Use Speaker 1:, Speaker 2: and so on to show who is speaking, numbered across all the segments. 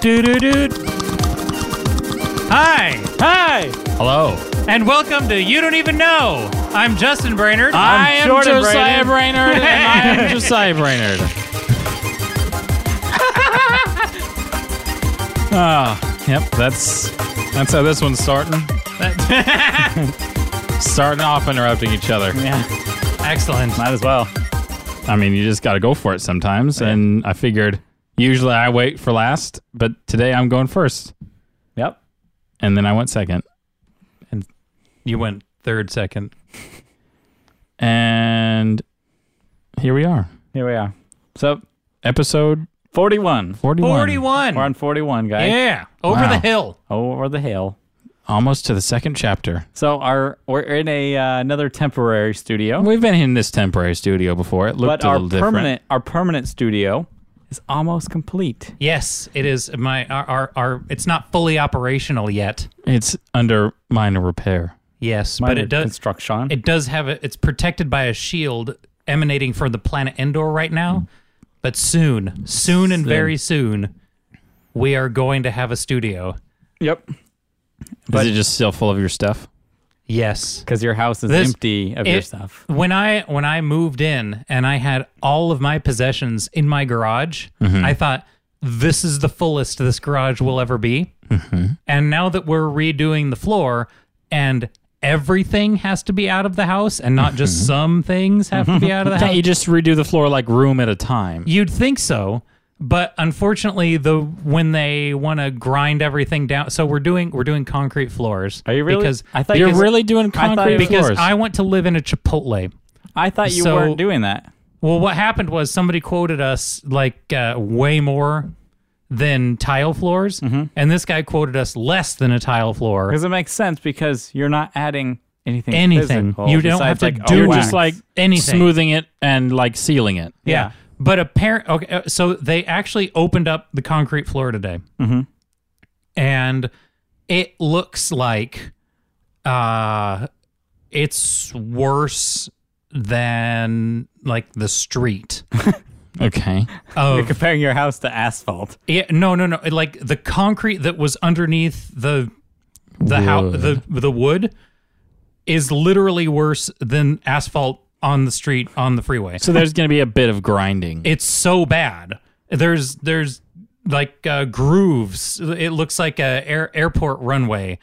Speaker 1: Doo doo doo. Hi,
Speaker 2: Hi,
Speaker 3: Hello.
Speaker 1: and welcome to You Don't Even Know. I'm Justin Brainerd.
Speaker 2: I'm
Speaker 3: I am
Speaker 2: Jordan
Speaker 3: Josiah Brainerd, and I am Josiah Brainerd. Ah, yep. That's that's how this one's starting. starting off interrupting each other.
Speaker 2: yeah,
Speaker 1: Excellent.
Speaker 2: might as well.
Speaker 3: I mean, you just got to go for it sometimes. And I figured usually I wait for last, but today I'm going first,
Speaker 2: Yep.
Speaker 3: and then I went second.
Speaker 1: You went third, second.
Speaker 3: And here we are,
Speaker 2: Here we are. So
Speaker 3: episode
Speaker 2: 41.
Speaker 3: 41,
Speaker 1: 41.
Speaker 2: We're on 41, guys.
Speaker 1: Yeah, over
Speaker 3: Wow.
Speaker 1: the hill.
Speaker 2: Over the hill.
Speaker 3: almost to the second chapter.
Speaker 2: So our we're in a uh, another temporary studio,
Speaker 3: We've been in this temporary studio before. It looked
Speaker 2: but
Speaker 3: a
Speaker 2: our
Speaker 3: little different.
Speaker 2: permanent our permanent studio is almost complete.
Speaker 1: Yes, it is my our, our our it's not fully operational yet.
Speaker 3: It's under minor repair.
Speaker 1: Yes, but
Speaker 2: Minor
Speaker 1: it does
Speaker 2: construction.
Speaker 1: it does have a, it's protected by a shield emanating from the planet Endor right now. But soon, soon and very soon, we are going to have a studio.
Speaker 2: yep.
Speaker 3: Is it just still full of your stuff?
Speaker 1: Yes.
Speaker 2: Because your house is
Speaker 1: This-
Speaker 2: empty of your
Speaker 1: it-
Speaker 2: stuff.
Speaker 1: When I when I moved in and I had all of my possessions in my garage,
Speaker 2: Mm-hmm.
Speaker 1: I thought this is the fullest this garage will ever be.
Speaker 2: Mm-hmm.
Speaker 1: And now that we're redoing the floor and everything has to be out of the house and not
Speaker 2: Mm-hmm.
Speaker 1: just some things have to be out of the
Speaker 3: Can't
Speaker 1: house.
Speaker 3: you just redo the floor like room at a time?
Speaker 1: You'd think so, but unfortunately, the when they want to grind everything down, so we're doing we're doing concrete floors.
Speaker 2: Are you really?
Speaker 1: Because
Speaker 2: I thought
Speaker 3: You're
Speaker 2: because-
Speaker 3: really doing
Speaker 2: thought
Speaker 3: concrete
Speaker 2: it was-
Speaker 1: because
Speaker 3: floors.
Speaker 1: I want to live in a Chipotle.
Speaker 2: I thought you
Speaker 1: So-
Speaker 2: weren't doing that.
Speaker 1: Well, what happened was somebody quoted us like uh, way more than tile floors, and this guy quoted us less than a tile floor.
Speaker 2: Because it makes sense because you're not adding anything.
Speaker 1: Anything.
Speaker 2: physical
Speaker 1: You don't
Speaker 2: besides,
Speaker 1: have to
Speaker 2: like,
Speaker 1: do
Speaker 2: a
Speaker 3: You're
Speaker 2: wax.
Speaker 3: just like
Speaker 1: Anything.
Speaker 3: smoothing it and like sealing it.
Speaker 2: Yeah.
Speaker 1: But apparent. Okay. uh, So they actually opened up the concrete floor today, and it looks like uh, it's worse than like the street.
Speaker 3: Okay.
Speaker 1: Of
Speaker 2: comparing your house to asphalt.
Speaker 1: Yeah, no, no, no. Like the concrete that was underneath the the house,
Speaker 3: Wood.
Speaker 1: the the wood, is literally worse than asphalt on the street on the freeway.
Speaker 3: So there's going to be a bit of grinding.
Speaker 1: It's so bad. There's there's like uh, grooves. It looks like a air, airport runway,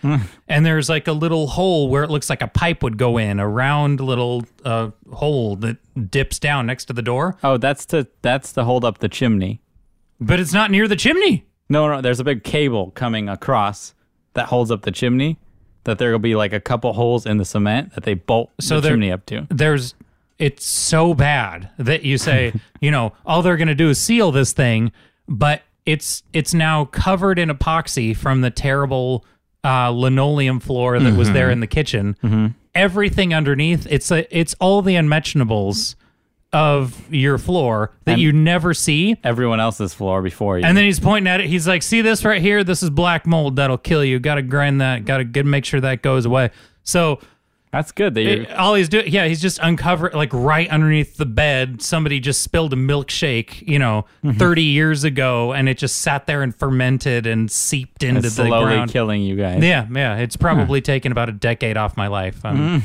Speaker 1: and there's like a little hole where it looks like a pipe would go in, a round little uh, hole that dips down next to the door.
Speaker 2: Oh, that's to that's to hold up the chimney.
Speaker 1: But it's not near the chimney.
Speaker 2: No, no, there's a big cable coming across that holds up the chimney. That there will be like a couple holes in the cement that they bolt
Speaker 1: So
Speaker 2: the
Speaker 1: there-
Speaker 2: chimney up to.
Speaker 1: there's it's so bad that you say you know all they're going to do is seal this thing but it's it's now covered in epoxy from the terrible uh, linoleum floor that was there in the kitchen everything underneath it's a, it's all the unmentionables of your floor that you never see
Speaker 2: Everyone else's floor before you.
Speaker 1: and then he's pointing at it he's like see this right here this is black mold that'll kill you gotta grind that gotta get, make sure that goes away so
Speaker 2: that's good that you.
Speaker 1: it- all he's doing, yeah, he's just uncovering, like right underneath the bed. Somebody just spilled a milkshake, you know,
Speaker 2: Mm-hmm.
Speaker 1: 30 years ago, and it just sat there and fermented and seeped into
Speaker 2: It's
Speaker 1: the
Speaker 2: slowly
Speaker 1: ground.
Speaker 2: killing you guys.
Speaker 1: yeah, yeah. It's probably taken about a decade off my life.
Speaker 2: Mm.
Speaker 1: Um,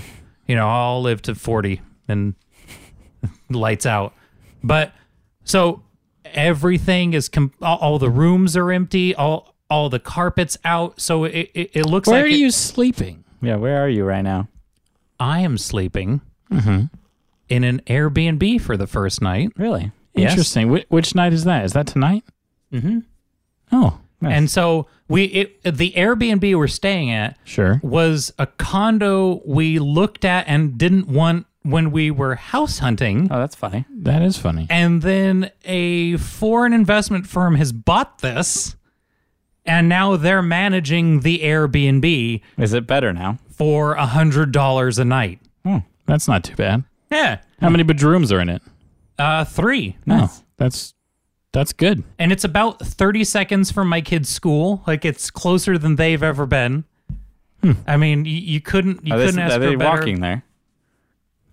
Speaker 1: You know, I'll live to 40 and lights out. But so everything is, com- all, all the rooms are empty, all all the carpets out. So it, it, it looks
Speaker 3: Where
Speaker 1: like.
Speaker 3: are
Speaker 1: it-
Speaker 3: you sleeping?
Speaker 2: Yeah, where are you right now?
Speaker 1: I am sleeping in an Airbnb for the first night.
Speaker 2: Really?
Speaker 1: Yes.
Speaker 3: Interesting. Wh- which night is that? Is that tonight? Mm-hmm. Oh,
Speaker 1: And so we it, the Airbnb we're staying at
Speaker 3: sure.
Speaker 1: was a condo we looked at and didn't want when we were house hunting.
Speaker 2: Oh, that's funny.
Speaker 3: That is funny.
Speaker 1: And then a foreign investment firm has bought this and now they're managing the Airbnb
Speaker 2: Is it better now?
Speaker 1: for a $100 a night.
Speaker 3: That's not too bad.
Speaker 1: Yeah.
Speaker 3: How many bedrooms are in it?
Speaker 1: Uh 3.
Speaker 3: Oh, that's that's good.
Speaker 1: and it's about 30 seconds from my kid's school like it's closer than they've ever been i mean you, you couldn't you
Speaker 2: Are
Speaker 1: couldn't
Speaker 2: they,
Speaker 1: ask
Speaker 2: are
Speaker 1: for
Speaker 2: they
Speaker 1: better
Speaker 2: walking there?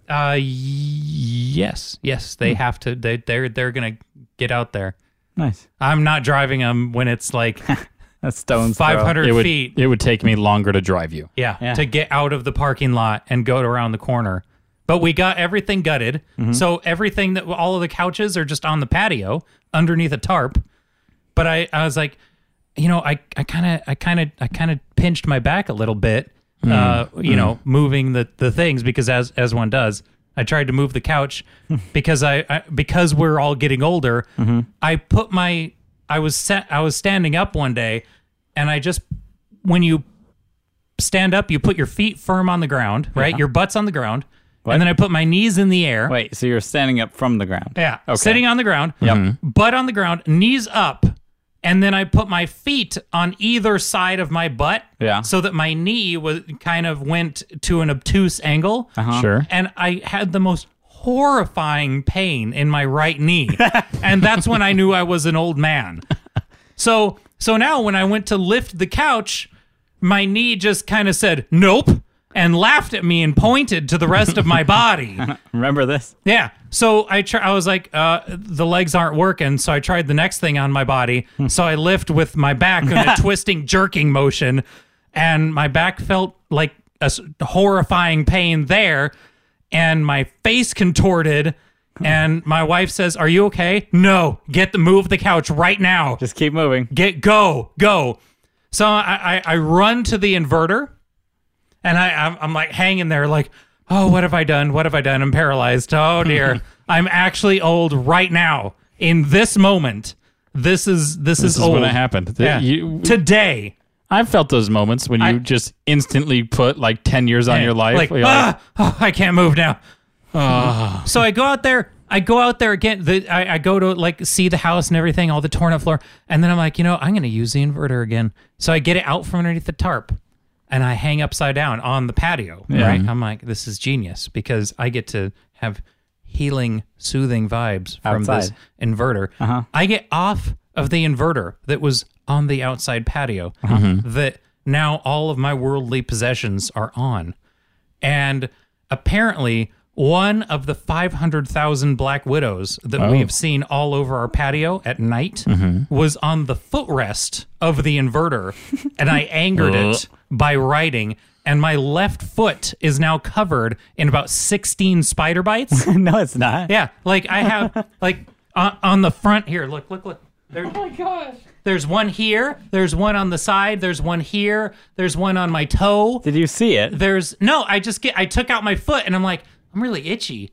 Speaker 2: Hmm.
Speaker 1: uh y- yes yes they have to they they're they're gonna get out there
Speaker 2: Nice.
Speaker 1: I'm not driving them when it's like
Speaker 2: That's stones. throw.
Speaker 1: 500
Speaker 3: It would,
Speaker 1: feet.
Speaker 3: it would take me longer to drive you.
Speaker 1: Yeah,
Speaker 2: Yeah.
Speaker 1: to get out of the parking lot and go around the corner. But we got everything gutted.
Speaker 2: Mm-hmm.
Speaker 1: So everything that all of the couches are just on the patio underneath a tarp. But I, I was like, you know, I I kind of I kind of I kind of pinched my back a little bit, uh, you know, moving the the things because as as one does, I tried to move the couch because I, I because we're all getting older. I put my I was set I was standing up one day, and I just when you stand up, you put your feet firm on the ground, right? Your butt's on the ground. And then I put my knees in the air.
Speaker 2: Wait, so you're standing up from the ground.
Speaker 1: Yeah. Sitting on the ground. Butt on the ground, knees up. And then I put my feet on either side of my butt.
Speaker 2: Yeah.
Speaker 1: So that my knee was kind of went to an obtuse angle.
Speaker 3: Sure.
Speaker 1: Uh-huh. And I had the most horrifying pain in my right knee. and that's when I knew I was an old man. So so now when I went to lift the couch, my knee just kind of said, Nope, and laughed at me and pointed to the rest of my body.
Speaker 2: Remember this?
Speaker 1: Yeah. So I tr- I was like, uh, the legs aren't working, so I tried the next thing on my body. so I lift with my back in a twisting, jerking motion, and my back felt like a s- horrifying pain there, and my face contorted. And my wife says, "Are you okay? No, get the move the couch right now.
Speaker 2: Just keep moving.
Speaker 1: Get go go." So I I, I run to the inverter, and I I'm, I'm like hanging there, like, oh, what have I done? What have I done? I'm paralyzed. Oh dear, I'm actually old right now in this moment. This is this,
Speaker 3: This is
Speaker 1: old.
Speaker 3: when it happened. Th-
Speaker 1: Yeah.
Speaker 3: you-
Speaker 1: today.
Speaker 3: I've felt those moments when you
Speaker 1: I-
Speaker 3: just instantly put like 10 years on your life.
Speaker 1: Like,
Speaker 3: You're like, Ah.
Speaker 1: ah, oh, I can't move now. so I go out there. I go out there again. The, I, I go to like see the house and everything, all the torn up floor. And then I'm like, you know, I'm going to use the inverter again. So I get it out from underneath the tarp and I hang upside down on the patio. Right.
Speaker 3: Mm-hmm.
Speaker 1: I'm like, this is genius because I get to have healing, soothing vibes from this
Speaker 2: Outside.
Speaker 1: inverter. I get off of the inverter that was on the outside patio
Speaker 3: Mm-hmm.
Speaker 1: that now all of my worldly possessions are on. And apparently, one of the 500,000 black widows that we have seen all over our patio at night was on the footrest of the inverter. and I angered it by writing. And my left foot is now covered in about 16 spider bites.
Speaker 2: no, it's not.
Speaker 1: Yeah, like I have like on, on the front here. Look, look, look. There, oh my gosh. There's one here. There's one on the side. There's one here. There's one on my toe.
Speaker 2: Did you see it?
Speaker 1: There's no. I just get. I took out my foot and I'm like, I'm really itchy.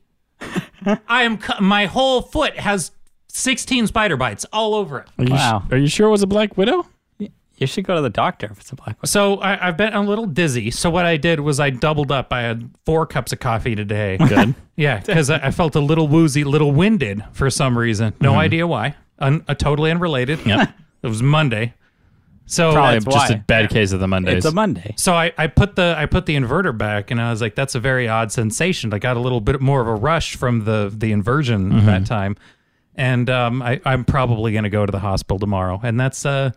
Speaker 1: I am. cu- My whole foot has 16 spider bites all over it.
Speaker 3: are, you
Speaker 2: Wow.
Speaker 3: sh- are you sure it was a Black Widow?
Speaker 2: You should go to the doctor if it's a black one.
Speaker 1: So I, I've been a little dizzy. So what I did was I doubled up. I had four cups of coffee today.
Speaker 3: Good.
Speaker 1: Yeah, because I, I felt a little woozy, little winded for some reason. No idea why. Un, uh, totally unrelated.
Speaker 3: Yep.
Speaker 1: It was Monday, so
Speaker 2: Probably.
Speaker 3: I'm just a
Speaker 2: why.
Speaker 3: bad case of the Mondays.
Speaker 2: It's a Monday.
Speaker 1: so I, I put the I put the inverter back, and I was like, "That's a very odd sensation." I got a little bit more of a rush from the the inversion
Speaker 3: Mm-hmm.
Speaker 1: that time, and um, I, I'm probably going to go to the hospital tomorrow. And that's uh,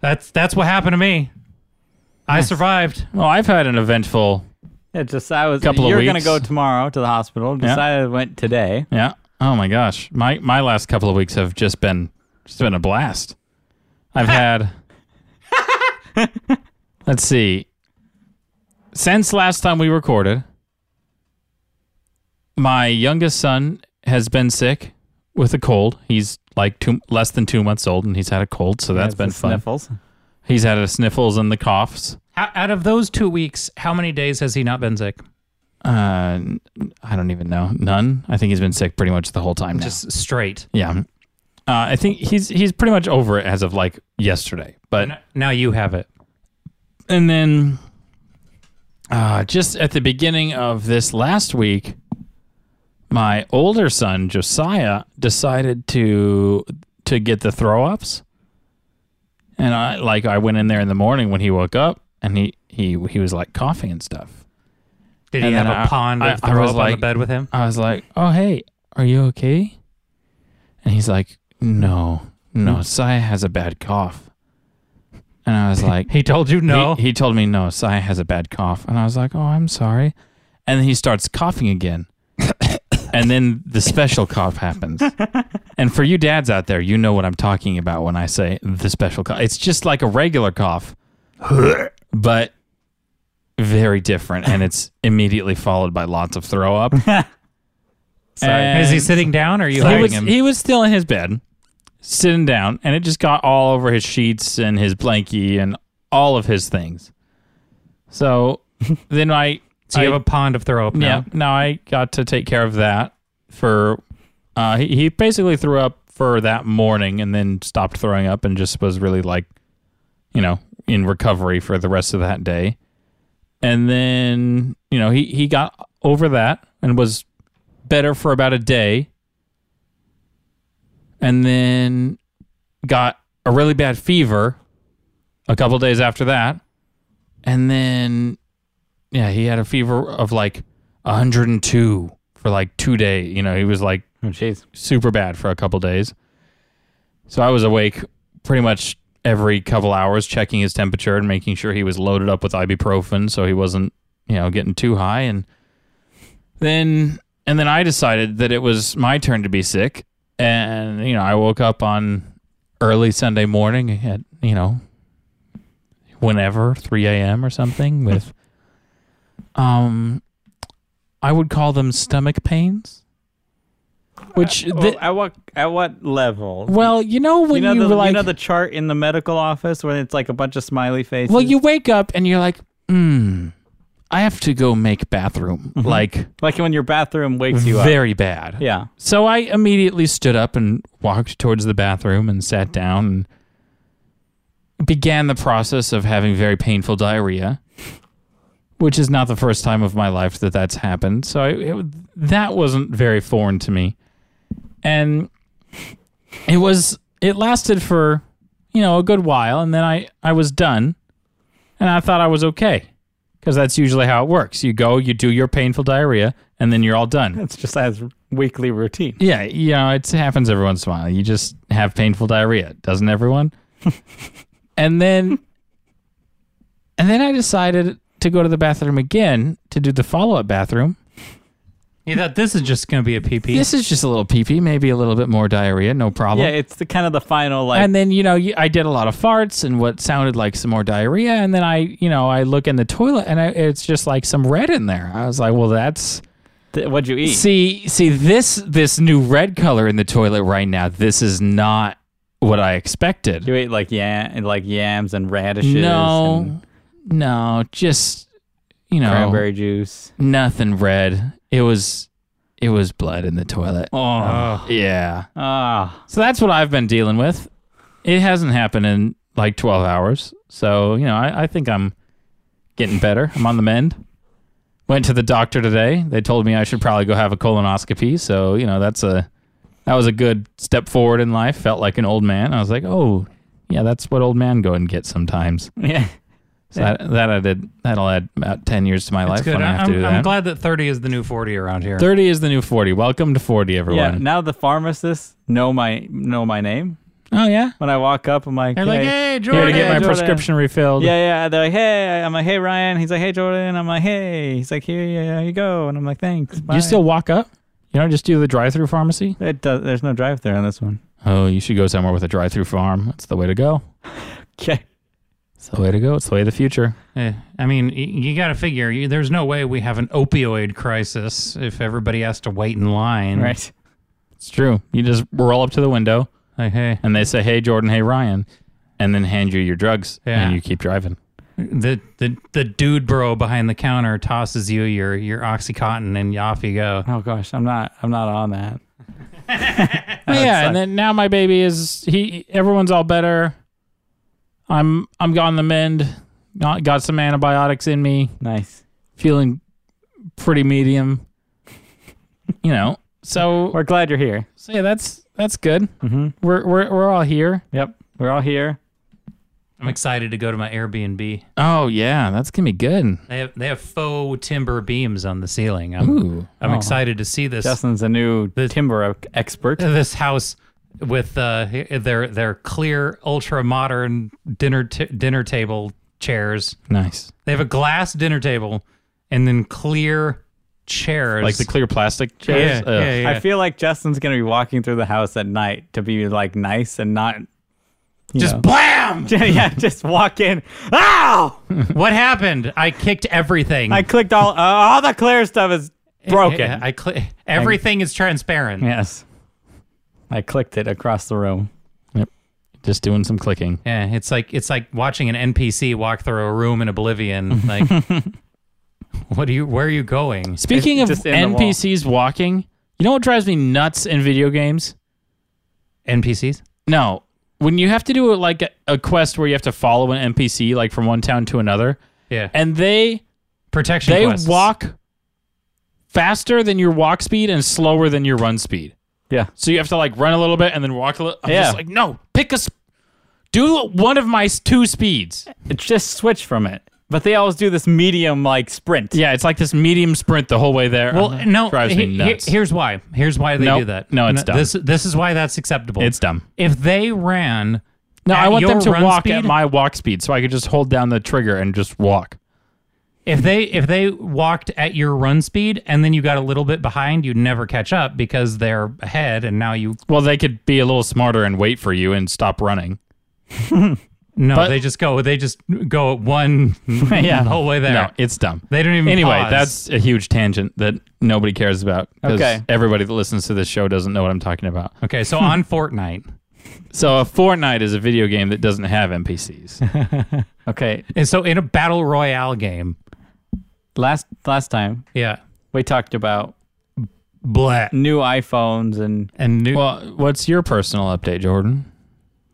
Speaker 1: that's that's what happened to me. I survived.
Speaker 3: well, I've had an eventful.
Speaker 2: It just I was.
Speaker 3: Couple of
Speaker 2: you're gonna
Speaker 3: weeks.
Speaker 2: go tomorrow to the hospital. Decided I went today.
Speaker 3: Yeah. Oh my gosh. My my last couple of weeks have just been just been a blast. I've had Let's see. Since last time we recorded, my youngest son has been sick with a cold. He's like two less than 2 months old and he's had a cold, so that's
Speaker 2: It's
Speaker 3: been
Speaker 2: the
Speaker 3: fun.
Speaker 2: Sniffles.
Speaker 3: He's had the sniffles and the coughs.
Speaker 1: Ho- Out of those two weeks, how many days has he not been sick?
Speaker 3: Uh, I don't even know. None. I think he's been sick pretty much the whole time. now.
Speaker 1: Just straight.
Speaker 3: Yeah. Uh, I think he's he's pretty much over it as of like yesterday. But
Speaker 1: N- Now you have it.
Speaker 3: and then uh, just at the beginning of this last week, my older son Josiah decided to to get the throw ups, and I like I went in there in the morning when he woke up, and he he he was like coughing and stuff.
Speaker 1: Did he
Speaker 3: And
Speaker 1: have
Speaker 3: then
Speaker 1: a
Speaker 3: I-
Speaker 1: pond
Speaker 3: I-
Speaker 1: of
Speaker 3: I
Speaker 1: throw
Speaker 3: was
Speaker 1: up on
Speaker 3: like-
Speaker 1: the bed with him?
Speaker 3: I was like, "Oh hey, are you okay?" And he's like, "No, no, Saya has a bad cough." And I was like,
Speaker 1: He told you no.
Speaker 3: He, he told me no. Saya has a bad cough, and I was like, "Oh, I'm sorry." And then he starts coughing again, and then the special cough happens, And for you dads out there, you know what I'm talking about when I say the special cough. It's just like a regular cough, but very different. And it's immediately followed by lots of throw up. And
Speaker 1: Is he sitting down or are
Speaker 3: he
Speaker 1: you hiding
Speaker 3: was,
Speaker 1: him?
Speaker 3: he was still in his bed, sitting down, and it just got all over his sheets and his blankie and all of his things. So then I.
Speaker 1: so you
Speaker 3: I-
Speaker 1: have a pond of throw up
Speaker 3: yeah.
Speaker 1: now.
Speaker 3: No, I got to take care of that for. Uh, he, he basically threw up for that morning and then stopped throwing up and just was really like, you know, in recovery for the rest of that day. And then, you know, he, he got over that and was better for about a day. And then got a really bad fever a couple days after that. And then yeah, he had a fever of like 102 for like two days. You know, he was like
Speaker 2: Oh, jeez.
Speaker 3: super bad for a couple days. So I was awake pretty much every couple hours, checking his temperature and making sure he was loaded up with ibuprofen so he wasn't, you know, getting too high. And then, and then I decided that it was my turn to be sick. And, you know, I woke up on early Sunday morning at, you know, whenever, 3 a.m. or something with, um, I would call them stomach pains, which
Speaker 2: Well,
Speaker 3: the-
Speaker 2: at what at what level?
Speaker 3: well, you know when
Speaker 2: Uh, you
Speaker 3: you,
Speaker 2: know the
Speaker 3: were like,
Speaker 2: you know the chart in the medical office where it's like a bunch of smiley faces.
Speaker 3: well, you wake up and you're like, hmm, I have to go make bathroom, like
Speaker 2: like when your bathroom wakes you up.
Speaker 3: very bad.
Speaker 2: Yeah.
Speaker 3: So I immediately stood up and walked towards the bathroom and sat down and began the process of having very painful diarrhea, which is not the first time of my life that that's happened. So I, it, that wasn't very foreign to me. And it was, it lasted for, you know, a good while. And then I, I was done and I thought I was okay because that's usually how it works. You go, you do your painful diarrhea, and then you're all done.
Speaker 2: It's just as weekly routine.
Speaker 3: Yeah, you know, it happens every once in a while. You just have painful diarrhea, doesn't everyone? and then and then I decided to go to the bathroom again to do the follow-up bathroom.
Speaker 1: You thought this is just going to be a E? pee pee.
Speaker 3: This is just a little pee-pee, maybe a little bit more diarrhea, no problem.
Speaker 2: Yeah, it's the kind of the final like
Speaker 3: and then you know you- I did a lot of farts and what sounded like some more diarrhea, and then I you know I look in the toilet and I, it's just like some red in there. I was like, well, that's
Speaker 2: th- what'd you eat?
Speaker 3: See, see this this new red color in the toilet right now. This is not what I expected.
Speaker 2: you ate like yam like yams and radishes
Speaker 3: No,
Speaker 2: and
Speaker 3: no, just you know,
Speaker 2: cranberry juice.
Speaker 3: nothing red. It was, it was blood in the toilet.
Speaker 2: Oh.
Speaker 3: Yeah.
Speaker 2: Ah.
Speaker 3: So that's what I've been dealing with. It hasn't happened in like 12 hours. So, you know, I, I think I'm getting better. I'm on the mend. Went to the doctor today. They told me I should probably go have a colonoscopy. So, you know, that's a that was a good step forward in life. Felt like an old man. I was like, oh, yeah, that's what old man go and get sometimes.
Speaker 2: Yeah.
Speaker 3: So that, that I did. That'll add about 10 years to my
Speaker 1: That's
Speaker 3: life when I have
Speaker 1: I'm,
Speaker 3: to do
Speaker 1: I'm
Speaker 3: that.
Speaker 1: glad that 30 is the new 40 around here.
Speaker 3: 30 is the new 40. Welcome to 40,
Speaker 2: Yeah.
Speaker 3: everyone.
Speaker 2: Now the pharmacists know my know my name.
Speaker 3: Oh, yeah.
Speaker 2: When I walk up, I'm like,
Speaker 1: They're like, hey,
Speaker 3: Here
Speaker 1: Jordan.
Speaker 3: to get my
Speaker 2: Jordan.
Speaker 3: prescription refilled.
Speaker 2: Yeah, yeah. They're like, hey. I'm like, hey, Ryan. He's like, hey, Jordan. I'm like, hey. He's like, here, yeah, yeah, you go. And I'm like, thanks. Bye.
Speaker 3: You still walk up? You don't just do the drive-through pharmacy?
Speaker 2: It does, there's no drive through on this one.
Speaker 3: Oh, you should go somewhere with a drive-through farm. That's the way to go.
Speaker 2: Okay.
Speaker 3: It's the way to go. It's the way of the future.
Speaker 1: Eh, I mean, y- you got to figure you, there's no way we have an opioid crisis if everybody has to wait in line.
Speaker 2: Right.
Speaker 3: It's true. You just roll up to the window
Speaker 1: Like, hey,
Speaker 3: and they say, "Hey, Jordan. Hey, Ryan," and then hand you your drugs
Speaker 1: Yeah.
Speaker 3: and you keep driving.
Speaker 1: the, the the dude bro behind the counter tosses you your your oxycontin and off you go.
Speaker 2: Oh gosh, I'm not. I'm not on that.
Speaker 3: yeah,
Speaker 2: suck.
Speaker 3: and then now my baby is he. Everyone's all better. I'm I'm gone the mend. Got got some antibiotics in me.
Speaker 2: Nice.
Speaker 3: Feeling pretty medium. you know. So,
Speaker 2: We're glad you're here.
Speaker 3: so yeah, that's that's good.
Speaker 2: Mm-hmm.
Speaker 3: We're we're we're all here.
Speaker 2: Yep. We're all here.
Speaker 1: I'm excited to go to my Airbnb.
Speaker 3: Oh yeah, that's gonna be good.
Speaker 1: They have they have faux timber beams on the ceiling. I'm
Speaker 3: Ooh.
Speaker 1: I'm
Speaker 2: Oh.
Speaker 1: excited to see this
Speaker 2: Justin's a new timber e- expert.
Speaker 1: this house with uh, their their clear ultra modern dinner t- dinner table chairs.
Speaker 3: Nice.
Speaker 1: They have a glass dinner table and then clear chairs.
Speaker 3: like the clear plastic
Speaker 1: yeah,
Speaker 3: chairs.
Speaker 1: yeah,
Speaker 3: Ugh.
Speaker 1: yeah, yeah.
Speaker 2: I feel like Justin's gonna be walking through the house at night to be like nice and not you
Speaker 3: Just
Speaker 2: know.
Speaker 3: blam!
Speaker 2: yeah, just walk in. Ow!
Speaker 1: what happened? I kicked everything.
Speaker 2: I clicked all uh, all the clear stuff is broken.
Speaker 1: Yeah, I cl- everything is transparent. Yeah.
Speaker 2: yes, I clicked it across the room.
Speaker 3: Just doing some clicking.
Speaker 1: it's like it's like watching an NPC walk through a room in Oblivion. Like, what do you? Where are you going?
Speaker 3: Speaking of
Speaker 2: It's just in the wall.
Speaker 3: NPCs walking, you know what drives me nuts in video games?
Speaker 1: NPCs?
Speaker 3: No, when you have to do like a, a quest where you have to follow an NPC like from one town to another,
Speaker 1: Yeah,
Speaker 3: and they
Speaker 1: protection.
Speaker 3: they
Speaker 1: quests.
Speaker 3: walk faster than your walk speed and slower than your run speed.
Speaker 2: Yeah,
Speaker 3: So you have to like run a little bit and then walk a little. I'm
Speaker 2: Yeah.
Speaker 3: just like, no, pick a. Sp- do one of my s- two speeds.
Speaker 2: it's just switch from it. But they always do this medium like sprint.
Speaker 3: Yeah, it's like this medium sprint the whole way there.
Speaker 1: Well,
Speaker 3: Uh-huh.
Speaker 1: no.
Speaker 3: drives me
Speaker 1: he- he-
Speaker 3: nuts.
Speaker 1: here's why. Here's why they
Speaker 3: No,
Speaker 1: do that.
Speaker 3: no, it's
Speaker 1: N-
Speaker 3: dumb.
Speaker 1: This this is why that's acceptable.
Speaker 3: it's dumb.
Speaker 1: if they ran.
Speaker 3: No,
Speaker 1: at
Speaker 3: I want them
Speaker 1: your
Speaker 3: to
Speaker 1: run
Speaker 3: walk
Speaker 1: speed,
Speaker 3: at my walk speed so I could just hold down the trigger and just walk.
Speaker 1: If they if they walked at your run speed and then you got a little bit behind, you'd never catch up because they're ahead and now you
Speaker 3: Well, they could be a little smarter and wait for you and stop running.
Speaker 1: no,
Speaker 3: But-
Speaker 1: they just go they just go at one
Speaker 2: Yeah.
Speaker 1: the whole way there.
Speaker 3: No, it's dumb.
Speaker 1: They don't even
Speaker 3: Anyway,
Speaker 1: pause.
Speaker 3: that's a huge tangent that nobody cares about because
Speaker 2: Okay.
Speaker 3: everybody that listens to this show doesn't know what I'm talking about.
Speaker 1: Okay, so on Fortnite.
Speaker 3: So, a Fortnite is a video game that doesn't have NPCs.
Speaker 2: Okay.
Speaker 1: And so in a battle royale game,
Speaker 2: Last last time
Speaker 1: yeah.
Speaker 2: we talked about
Speaker 1: Blah.
Speaker 2: new iPhones and
Speaker 1: And new
Speaker 3: well, what's your personal update, Jordan?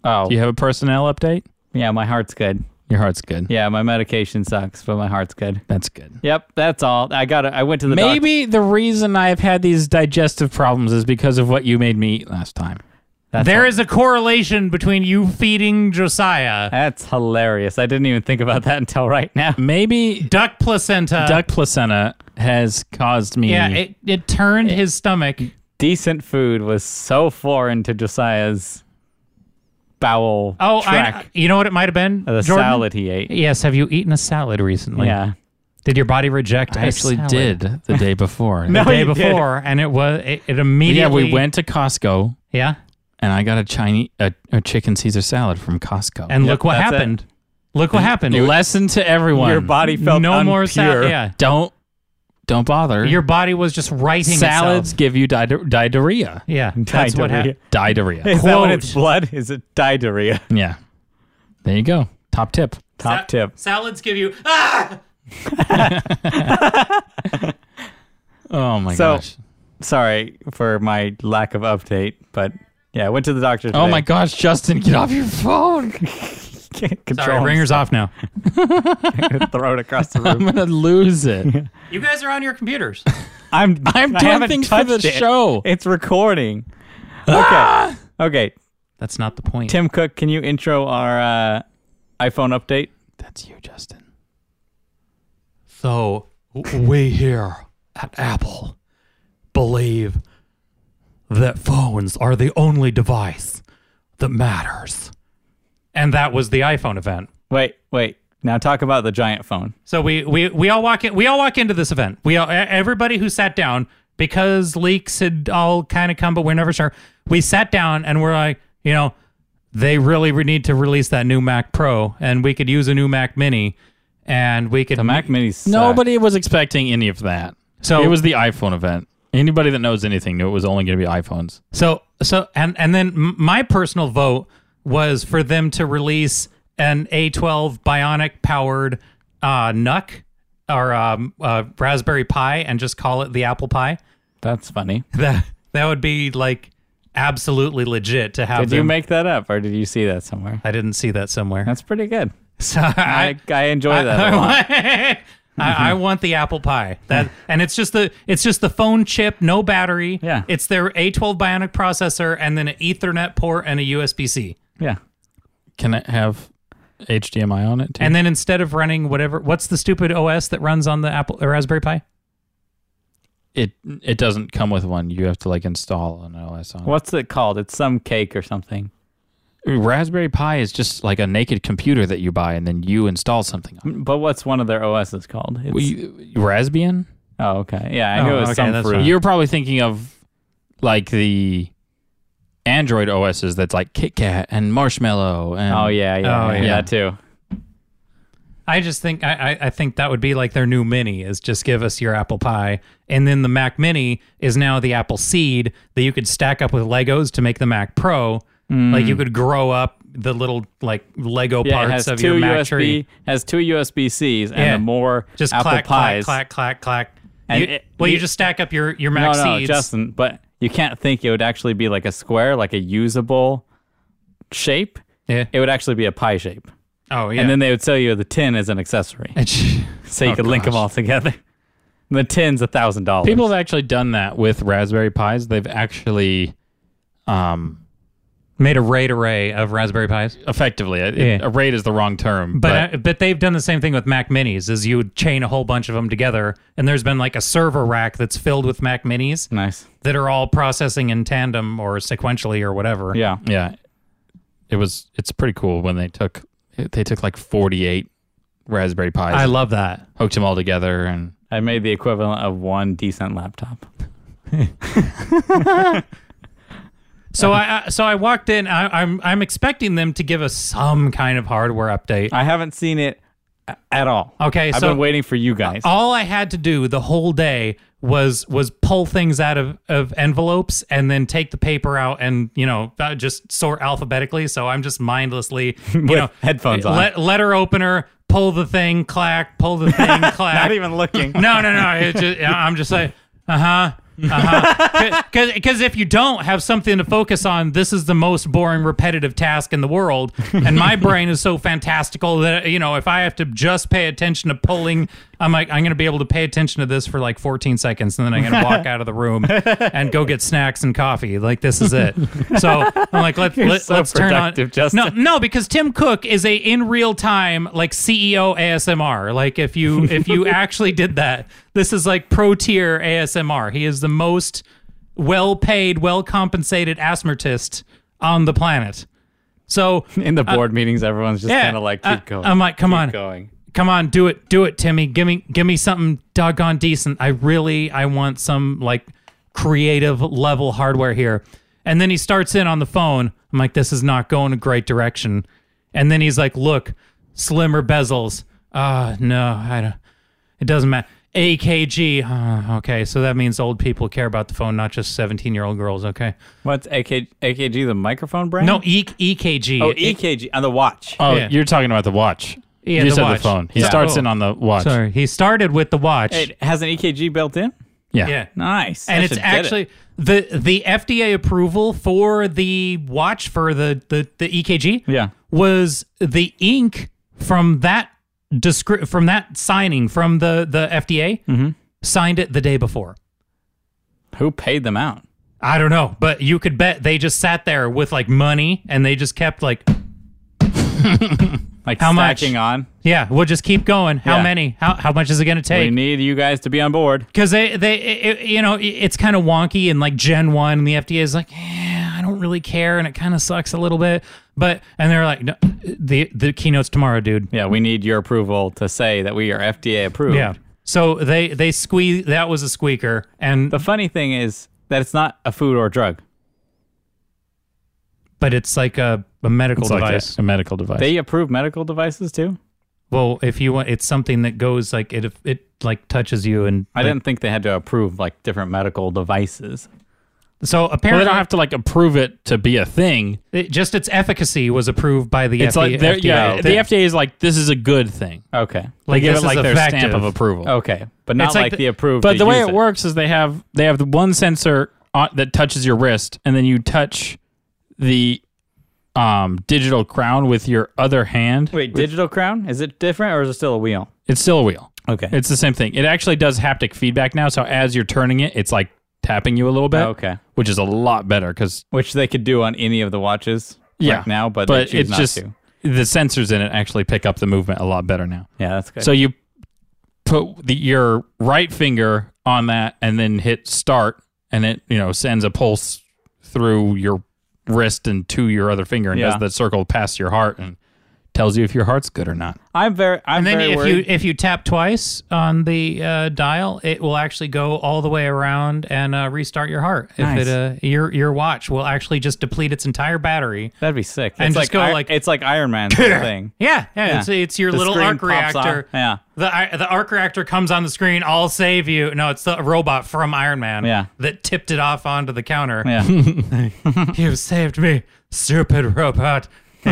Speaker 2: oh
Speaker 3: Do you have a personnel update?
Speaker 2: yeah, my heart's good.
Speaker 3: Your heart's good.
Speaker 2: Yeah, my medication sucks, but my heart's good.
Speaker 3: That's good.
Speaker 2: Yep, that's all. I got. I went to the doc-
Speaker 3: Maybe the reason I've had these digestive problems is because of what you made me eat last time.
Speaker 2: That's
Speaker 1: there
Speaker 2: all.
Speaker 1: is a correlation between you feeding Josiah
Speaker 2: That's hilarious. I didn't even think about that until right now.
Speaker 3: Maybe
Speaker 1: duck placenta.
Speaker 3: duck placenta has caused me.
Speaker 1: Uh, yeah, it, it turned his stomach.
Speaker 2: Decent food was so foreign to Josiah's bowel
Speaker 1: Oh, I,
Speaker 2: track
Speaker 1: you know what it might have been?
Speaker 2: of the
Speaker 1: Jordan?
Speaker 2: salad he ate.
Speaker 1: Yes, have you eaten a salad recently?
Speaker 2: yeah.
Speaker 1: Did your body reject?
Speaker 3: I actually did the day before.
Speaker 1: the
Speaker 2: No,
Speaker 1: day
Speaker 2: you did.
Speaker 1: before, and it was it, it immediately.
Speaker 3: Yeah, we went to Costco
Speaker 1: Yeah,
Speaker 3: and I got a Chinese a, a chicken Caesar salad from Costco.
Speaker 1: and
Speaker 2: Yep,
Speaker 1: look what
Speaker 2: that's it.
Speaker 1: happened. Look what happened.
Speaker 3: lesson to everyone:
Speaker 2: Your body felt
Speaker 1: no more salad.
Speaker 2: unpure.
Speaker 1: Yeah,
Speaker 3: don't don't bother.
Speaker 1: your body was just writing
Speaker 3: salads
Speaker 1: itself.
Speaker 3: give you di- diarrhea.
Speaker 1: Yeah, that's what happened.
Speaker 2: Diarrhea.
Speaker 3: Diarrhea.
Speaker 2: Is that when it's
Speaker 1: Quote.
Speaker 2: blood? Is it diarrhea?
Speaker 3: yeah. There you go. Top tip.
Speaker 2: Top tip.
Speaker 1: Salads give you ah.
Speaker 3: Oh my
Speaker 2: So-
Speaker 3: gosh.
Speaker 2: Sorry for my lack of update, but yeah, I went to the doctor. Today.
Speaker 3: Oh my gosh, Justin, get off your phone.
Speaker 2: Can't
Speaker 1: Sorry,
Speaker 2: control
Speaker 1: ringers off now.
Speaker 2: his throat across the room.
Speaker 3: I'm gonna lose it.
Speaker 1: You guys are on your computers.
Speaker 2: I'm
Speaker 3: I'm
Speaker 2: I
Speaker 3: doing
Speaker 2: haven't
Speaker 3: things for the
Speaker 2: touched it.
Speaker 3: show.
Speaker 2: It's recording. Okay. Okay.
Speaker 1: That's not the point.
Speaker 2: Tim Cook, can you intro our uh, iPhone update?
Speaker 3: That's you, Justin.
Speaker 1: So w- we here at Apple believe that phones are the only device that matters. And that was the iPhone event.
Speaker 2: Wait, wait. Now talk about the giant phone.
Speaker 1: So we we we all walk in we all walk into this event. We all, e- everybody who sat down because leaks had all kind of come but we're never sure. We sat down and we're like, you know, they really re- need to release that new Mac Pro and we could use a new Mac mini and we could
Speaker 2: The Mac Mini. sucks.
Speaker 3: Nobody was expecting any of that.
Speaker 1: So-
Speaker 3: it was the iPhone event. Anybody that knows anything knew it was only going to be iPhones.
Speaker 1: So so and and then m- my personal vote was for them to release an A12 Bionic powered uh, NUC or um, uh, Raspberry Pi and just call it the Apple Pie.
Speaker 2: That's funny.
Speaker 1: That that would be like absolutely legit to have.
Speaker 2: Did
Speaker 1: them.
Speaker 2: you make that up, or did you see that somewhere?
Speaker 1: I didn't see that somewhere.
Speaker 2: That's pretty good.
Speaker 1: So I,
Speaker 2: I I enjoy that a lot. Mm-hmm.
Speaker 1: I, I, I want the apple pie. That and it's just the it's just the phone chip, no battery.
Speaker 2: Yeah.
Speaker 1: It's their A12 Bionic processor and then an Ethernet port and a USB C.
Speaker 2: Yeah.
Speaker 3: Can it have HDMI on it? Too?
Speaker 1: And then instead of running whatever, what's the stupid OS that runs on the Apple or Raspberry Pi?
Speaker 3: it it doesn't come with one. You have to like install an OS on. it.
Speaker 2: What's it called? It's some cake or something.
Speaker 3: Raspberry Pi is just like a naked computer that you buy and then you install something on.
Speaker 2: But what's one of their OSs called? It's,
Speaker 3: Well, you- Raspbian?
Speaker 2: Oh, okay. Yeah, I knew
Speaker 1: Oh,
Speaker 2: it was
Speaker 1: okay,
Speaker 2: some
Speaker 1: that's
Speaker 2: fruit.
Speaker 1: fine.
Speaker 3: You're probably thinking of like the Android OSs that's like Kit Kat and Marshmallow and
Speaker 2: Oh yeah, yeah,
Speaker 1: Oh,
Speaker 2: yeah,
Speaker 1: yeah.
Speaker 2: that too.
Speaker 1: I just think I, I I think that would be like their new mini is just give us your apple pie, and then the Mac Mini is now the apple seed that you could stack up with Legos to make the Mac Pro. Like you could grow up the little like Lego
Speaker 2: Yeah, it
Speaker 1: parts
Speaker 2: has
Speaker 1: of
Speaker 2: two
Speaker 1: your Mac
Speaker 2: USB
Speaker 1: tree.
Speaker 2: has two USB Cs and
Speaker 1: Yeah.
Speaker 2: the more
Speaker 1: Just
Speaker 2: apple
Speaker 1: clack,
Speaker 2: pies.
Speaker 1: clack, clack, clack, clack.
Speaker 2: And
Speaker 1: You-
Speaker 2: it-
Speaker 1: well, you,
Speaker 2: you-
Speaker 1: just stack up your your Mac
Speaker 2: no, no,
Speaker 1: seeds.
Speaker 2: Justin, but you can't think it would actually be like a square, like a usable shape.
Speaker 1: yeah.
Speaker 2: It would actually be a pie shape,
Speaker 1: Oh yeah. Oh,
Speaker 2: and then they would sell you the tin as an accessory, so you could link them all together. And the tin's a thousand dollars.
Speaker 3: People have actually done that with Raspberry Pis. They've actually um
Speaker 1: made a raid array of Raspberry Pis.
Speaker 3: effectively it,
Speaker 1: Yeah.
Speaker 3: a raid is the wrong term, but,
Speaker 1: But, but they've done the same thing with Mac Minis. Is you would chain a whole bunch of them together, and there's been like a server rack that's filled with Mac Minis
Speaker 2: nice.
Speaker 1: that are all processing in tandem or sequentially or whatever.
Speaker 2: Yeah,
Speaker 3: yeah. It was it's pretty cool when they took they took like 48 Raspberry Pis,
Speaker 1: I love that.
Speaker 3: hooked them all together and
Speaker 2: I made the equivalent of one decent laptop.
Speaker 1: So
Speaker 2: Uh-huh.
Speaker 1: I I- so I walked in. I, I'm I'm expecting them to give us some kind of hardware update.
Speaker 2: I haven't seen it a- at all.
Speaker 1: Okay,
Speaker 2: I've
Speaker 1: so uh,
Speaker 2: been waiting for you guys.
Speaker 1: all I had to do the whole day was was pull things out of, of envelopes and then take the paper out and you know uh, just sort alphabetically. So I'm just mindlessly you
Speaker 2: With
Speaker 1: know
Speaker 2: headphones on.
Speaker 1: let- letter opener, pull the thing, clack, pull the thing, clack.
Speaker 2: Not even looking.
Speaker 1: No, no, no. It just, I'm just like uh huh. Uh-huh. Because if you don't have something to focus on, this is the most boring, repetitive task in the world. And my brain is so fantastical that, you know, if I have to just pay attention to pulling, I'm like, I'm going to be able to pay attention to this for like 14 seconds. And then I'm going to walk out of the room and go get snacks and coffee. Like, this is it. So I'm like, let, let,
Speaker 2: so
Speaker 1: let's turn on.
Speaker 2: productive, Justin.
Speaker 1: No, no, because Tim Cook is a in real time like E CEO ASMR. Like if you if you actually did that, this is like pro tier ASMR. He is the most well paid, well compensated asthmatist on the planet. So
Speaker 2: In the board meetings, everyone's just
Speaker 1: Uh, yeah,
Speaker 2: kind of like,
Speaker 1: I-
Speaker 2: keep going.
Speaker 1: I'm like, come
Speaker 2: keep
Speaker 1: on,
Speaker 2: going.
Speaker 1: come on, do it, do it, Timmy. Give me give me something doggone decent. I really I want some like creative level hardware here. And then he starts in on the phone. I'm like, this is not going a great direction. And then he's like, look, slimmer bezels. Ah, no, I don't. It doesn't matter. AKG. Ah, okay, so that means old people care about the phone, not just 17 year old girls. Okay.
Speaker 2: What's AK, AKG, the microphone brand?
Speaker 1: No, Uh, e- EKG.
Speaker 2: Oh, EKG on the watch.
Speaker 3: Oh,
Speaker 1: Yeah.
Speaker 3: you're talking about the watch.
Speaker 1: Yeah,
Speaker 3: you
Speaker 1: the
Speaker 3: said
Speaker 1: watch.
Speaker 3: the phone. He
Speaker 1: Yeah.
Speaker 3: starts
Speaker 1: Oh.
Speaker 3: in on the watch.
Speaker 1: Sorry, he started with the watch.
Speaker 2: it has an EKG built in?
Speaker 3: Yeah.
Speaker 1: yeah.
Speaker 2: Nice. I
Speaker 1: and it's
Speaker 2: should get it.
Speaker 1: actually the the FDA approval for the watch for the the, the EKG
Speaker 2: Yeah.
Speaker 1: was the ink from that descri- from that signing from the the FDA
Speaker 2: Mm-hmm.
Speaker 1: signed it the day before.
Speaker 2: Who paid them out?
Speaker 1: I don't know, but you could bet they just sat there with like money and they just kept like
Speaker 2: Like
Speaker 1: How much?
Speaker 2: stacking on.
Speaker 1: yeah, we'll just keep going. How
Speaker 2: Yeah.
Speaker 1: many? How how much is it going to take?
Speaker 2: We need you guys to be on board.
Speaker 1: because they they it, it- you know it- it's kind of wonky and like Gen One and the FDA is like eh, I don't really care and it kind of sucks a little bit but and they're like no, the the keynote's tomorrow dude
Speaker 2: Yeah, we need your approval to say that we are FDA approved.
Speaker 1: yeah so they they squeeze that was a squeaker and
Speaker 2: The funny thing is that it's not a food or drug.
Speaker 1: but it's like a, a medical
Speaker 3: It's like a,
Speaker 1: device
Speaker 3: a medical device.
Speaker 2: They approve medical devices too.
Speaker 1: well if you want it's something that goes like it it like touches you and
Speaker 2: I didn't think they had to approve like different medical devices.
Speaker 1: so
Speaker 3: well, they
Speaker 1: apparently
Speaker 3: don't have to like approve it to be a thing.
Speaker 1: it, just its efficacy was approved by the
Speaker 3: It's
Speaker 1: FDA,
Speaker 3: like they're- yeah, the FDA is like this is a good thing.
Speaker 2: Okay.
Speaker 3: They give
Speaker 1: this
Speaker 3: it
Speaker 1: is
Speaker 3: like their stamp
Speaker 1: effective.
Speaker 3: of approval.
Speaker 2: Okay. But not
Speaker 1: It's like
Speaker 2: like,
Speaker 1: the-
Speaker 2: the approved.
Speaker 3: But
Speaker 2: to
Speaker 3: the way
Speaker 2: Oh, use
Speaker 3: it works is they have they have the one sensor on, that touches your wrist, and then you touch the um, digital crown with your other hand.
Speaker 2: Wait, digital crown? Is it different or is it still a wheel?
Speaker 3: It's still a wheel.
Speaker 2: Okay.
Speaker 3: It's the same thing. It actually does haptic feedback now. So as you're turning it, it's like tapping you a little bit,
Speaker 2: okay.
Speaker 3: which is a lot better because
Speaker 2: Which they could do on any of the watches
Speaker 3: yeah,
Speaker 2: right now, but, they choose
Speaker 3: it's
Speaker 2: not
Speaker 3: just
Speaker 2: to.
Speaker 3: the sensors in it actually pick up the movement a lot better now.
Speaker 2: Yeah, that's good.
Speaker 3: So you put the, your right finger on that and then hit start, and it you know sends a pulse through your wrist and to your other finger and
Speaker 2: Yeah.
Speaker 3: does the circle past your heart and tells you if your heart's good or not.
Speaker 2: I'm very. I'm
Speaker 1: And then
Speaker 2: very
Speaker 1: if
Speaker 2: worried.
Speaker 1: you if you tap twice on the uh, dial, it will actually go all the way around and uh, restart your heart. If
Speaker 2: Nice.
Speaker 1: it uh, your your watch will actually just deplete its entire battery.
Speaker 2: That'd be sick.
Speaker 1: And
Speaker 2: it's
Speaker 1: just
Speaker 2: like,
Speaker 1: go
Speaker 2: Ir-
Speaker 1: like-
Speaker 2: it's like Iron Man's whole thing.
Speaker 1: Yeah, yeah. It's, it's your
Speaker 2: The
Speaker 1: little
Speaker 2: screen
Speaker 1: arc
Speaker 2: pops on.
Speaker 1: reactor.
Speaker 2: Yeah.
Speaker 1: The I- the arc reactor comes on the screen. I'll save you. No, it's the robot from Iron Man.
Speaker 2: Yeah.
Speaker 1: That tipped it off onto the counter.
Speaker 2: Yeah.
Speaker 1: You've saved me, stupid robot.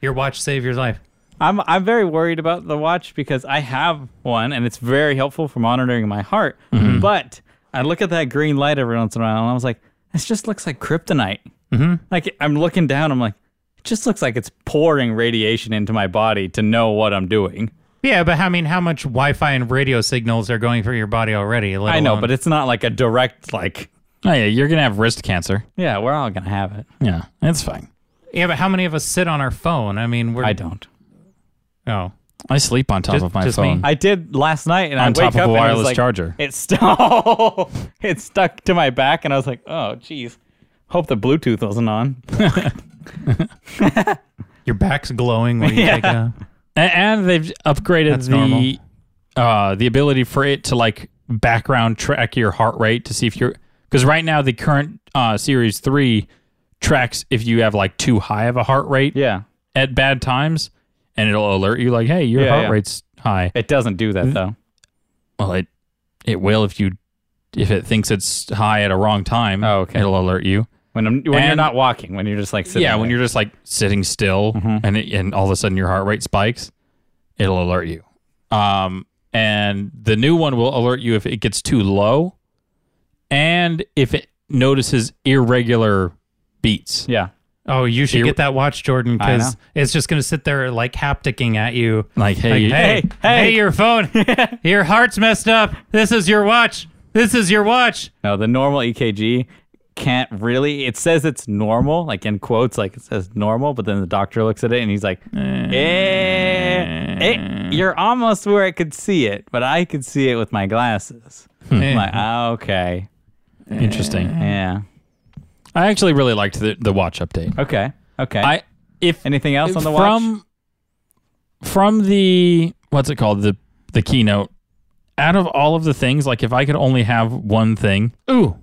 Speaker 1: Eh, your watch saved your life.
Speaker 2: I'm I'm very worried about the watch because I have one and it's very helpful for monitoring my heart.
Speaker 3: Mm-hmm.
Speaker 2: But I look at that green light every once in a while and I was like, this just looks like kryptonite. Mm-hmm. Like I'm looking down, I'm like, it just looks like it's pouring radiation into my body to know what I'm doing.
Speaker 1: Yeah, but I mean, how much Wi-Fi and radio signals are going through your body already? let
Speaker 2: I know,
Speaker 1: alone-
Speaker 2: but it's not like a direct like.
Speaker 3: Oh yeah, you're gonna have wrist cancer.
Speaker 2: Yeah, we're all gonna have it.
Speaker 3: Yeah, that's fine.
Speaker 1: yeah, but how many of us sit on our phone? I mean, we're
Speaker 2: I don't.
Speaker 1: Oh,
Speaker 3: I sleep on top
Speaker 1: Just-
Speaker 3: of my
Speaker 1: just me?
Speaker 3: phone.
Speaker 2: I did last night, and
Speaker 3: On
Speaker 2: I
Speaker 3: top
Speaker 2: wake
Speaker 3: of a
Speaker 2: up and it
Speaker 3: wireless
Speaker 2: was like,
Speaker 3: charger.
Speaker 2: It stuck. it stuck to my back, and I was like, "Oh, geez." Hope the Bluetooth wasn't on.
Speaker 1: your back's glowing when you take a.
Speaker 3: A- and they've upgraded
Speaker 1: That's
Speaker 3: the
Speaker 1: normal.
Speaker 3: uh the ability for it to like background track your heart rate to see if you're because right now the current uh series three tracks if you have like too high of a heart rate
Speaker 2: Yeah,
Speaker 3: at bad times and it'll alert you like hey your
Speaker 2: Yeah,
Speaker 3: heart
Speaker 2: yeah.
Speaker 3: rate's high
Speaker 2: it doesn't do
Speaker 3: Mm-hmm.
Speaker 2: that though.
Speaker 3: well it it will if you if it thinks it's high at a wrong time
Speaker 2: Oh, okay.
Speaker 3: it'll alert you
Speaker 2: When I'm, when you're
Speaker 3: And-
Speaker 2: not walking, when you're just like sitting.
Speaker 3: yeah when
Speaker 2: there.
Speaker 3: you're just like sitting still and it, and all of a sudden your heart rate spikes it'll alert you um and the new one will alert you if it gets too low and if it notices irregular beats
Speaker 2: Yeah,
Speaker 1: Oh, you should
Speaker 3: Here-
Speaker 1: get that watch, Jordan,
Speaker 2: I
Speaker 1: because it's just gonna sit there like hapticking at you.
Speaker 3: like hey,
Speaker 1: Like,
Speaker 3: you-
Speaker 1: hey, hey,
Speaker 2: hey.
Speaker 1: your phone, your heart's messed up. This is your watch. This is your watch.
Speaker 2: no, the normal EKG can't really. It says it's normal, like in quotes, like it says normal, but then the doctor looks at it and he's like, "Eh, eh, you're almost where I could see it, but I could see it with my glasses."
Speaker 3: Hmm.
Speaker 2: I'm like, "Ah, okay,
Speaker 3: interesting
Speaker 2: yeah,
Speaker 3: i actually really liked the, the watch update
Speaker 2: okay, okay."
Speaker 3: i if
Speaker 2: Anything else on the watch?
Speaker 3: from from the what's it called the the keynote out of all of the things like if i could only have one thing
Speaker 1: Ooh,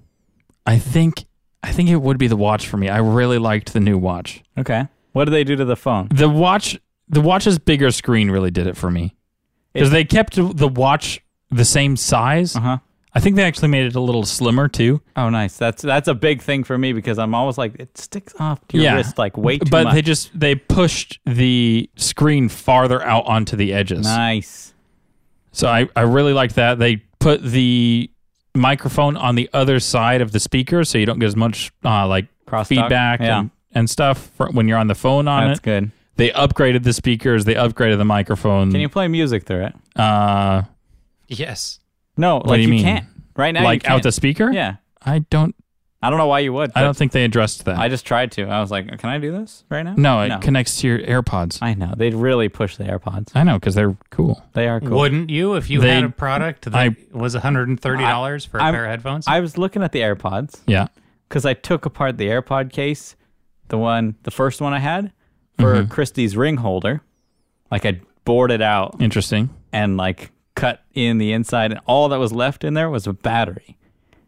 Speaker 3: I think I think it would be the watch for me. I really liked the new watch.
Speaker 2: okay. What do they do to the phone?
Speaker 3: The watch the watch's bigger screen really did it for me. Cuz they kept the watch the same size.
Speaker 2: huh.
Speaker 3: I think they actually made it a little slimmer too.
Speaker 2: Uh-huh. Oh, nice. That's that's a big thing for me because I'm always like it sticks off to your
Speaker 3: Yeah.
Speaker 2: wrist like way too
Speaker 3: but
Speaker 2: much.
Speaker 3: they just they pushed the screen farther out onto the edges.
Speaker 2: nice.
Speaker 3: So I I really liked that. They put the microphone on the other side of the speaker so you don't get as much uh, like
Speaker 2: Crosstalk.
Speaker 3: feedback
Speaker 2: Yeah.
Speaker 3: and, and stuff for when you're on the phone on
Speaker 2: That's
Speaker 3: it.
Speaker 2: good.
Speaker 3: They upgraded the speakers. They upgraded the microphone.
Speaker 2: Can you play music through it?
Speaker 3: uh,
Speaker 1: yes.
Speaker 2: No, like
Speaker 3: do you mean?
Speaker 2: can't. Right now,
Speaker 3: like
Speaker 2: you
Speaker 3: out the
Speaker 2: can't.
Speaker 3: speaker?
Speaker 2: yeah.
Speaker 3: I don't.
Speaker 2: I don't know why you would.
Speaker 3: I
Speaker 2: but
Speaker 3: don't think they addressed that.
Speaker 2: I just tried to. I was like, can I do this right now?
Speaker 3: no, it connects to your AirPods. I,
Speaker 2: I know they really push the AirPods.
Speaker 3: know because they're cool.
Speaker 2: They are cool.
Speaker 1: Wouldn't you if you
Speaker 3: They-
Speaker 1: had a product that
Speaker 3: I-
Speaker 1: was one hundred and thirty dollars for a
Speaker 2: I'm-
Speaker 1: pair of headphones?
Speaker 2: I was looking at the AirPods
Speaker 3: Yeah.
Speaker 2: because I took apart the AirPod case, the one, the first one I had for
Speaker 3: Mm-hmm.
Speaker 2: Christie's ring holder. Like I bored it out
Speaker 3: Interesting.
Speaker 2: and like cut in the inside and all that was left in there was a battery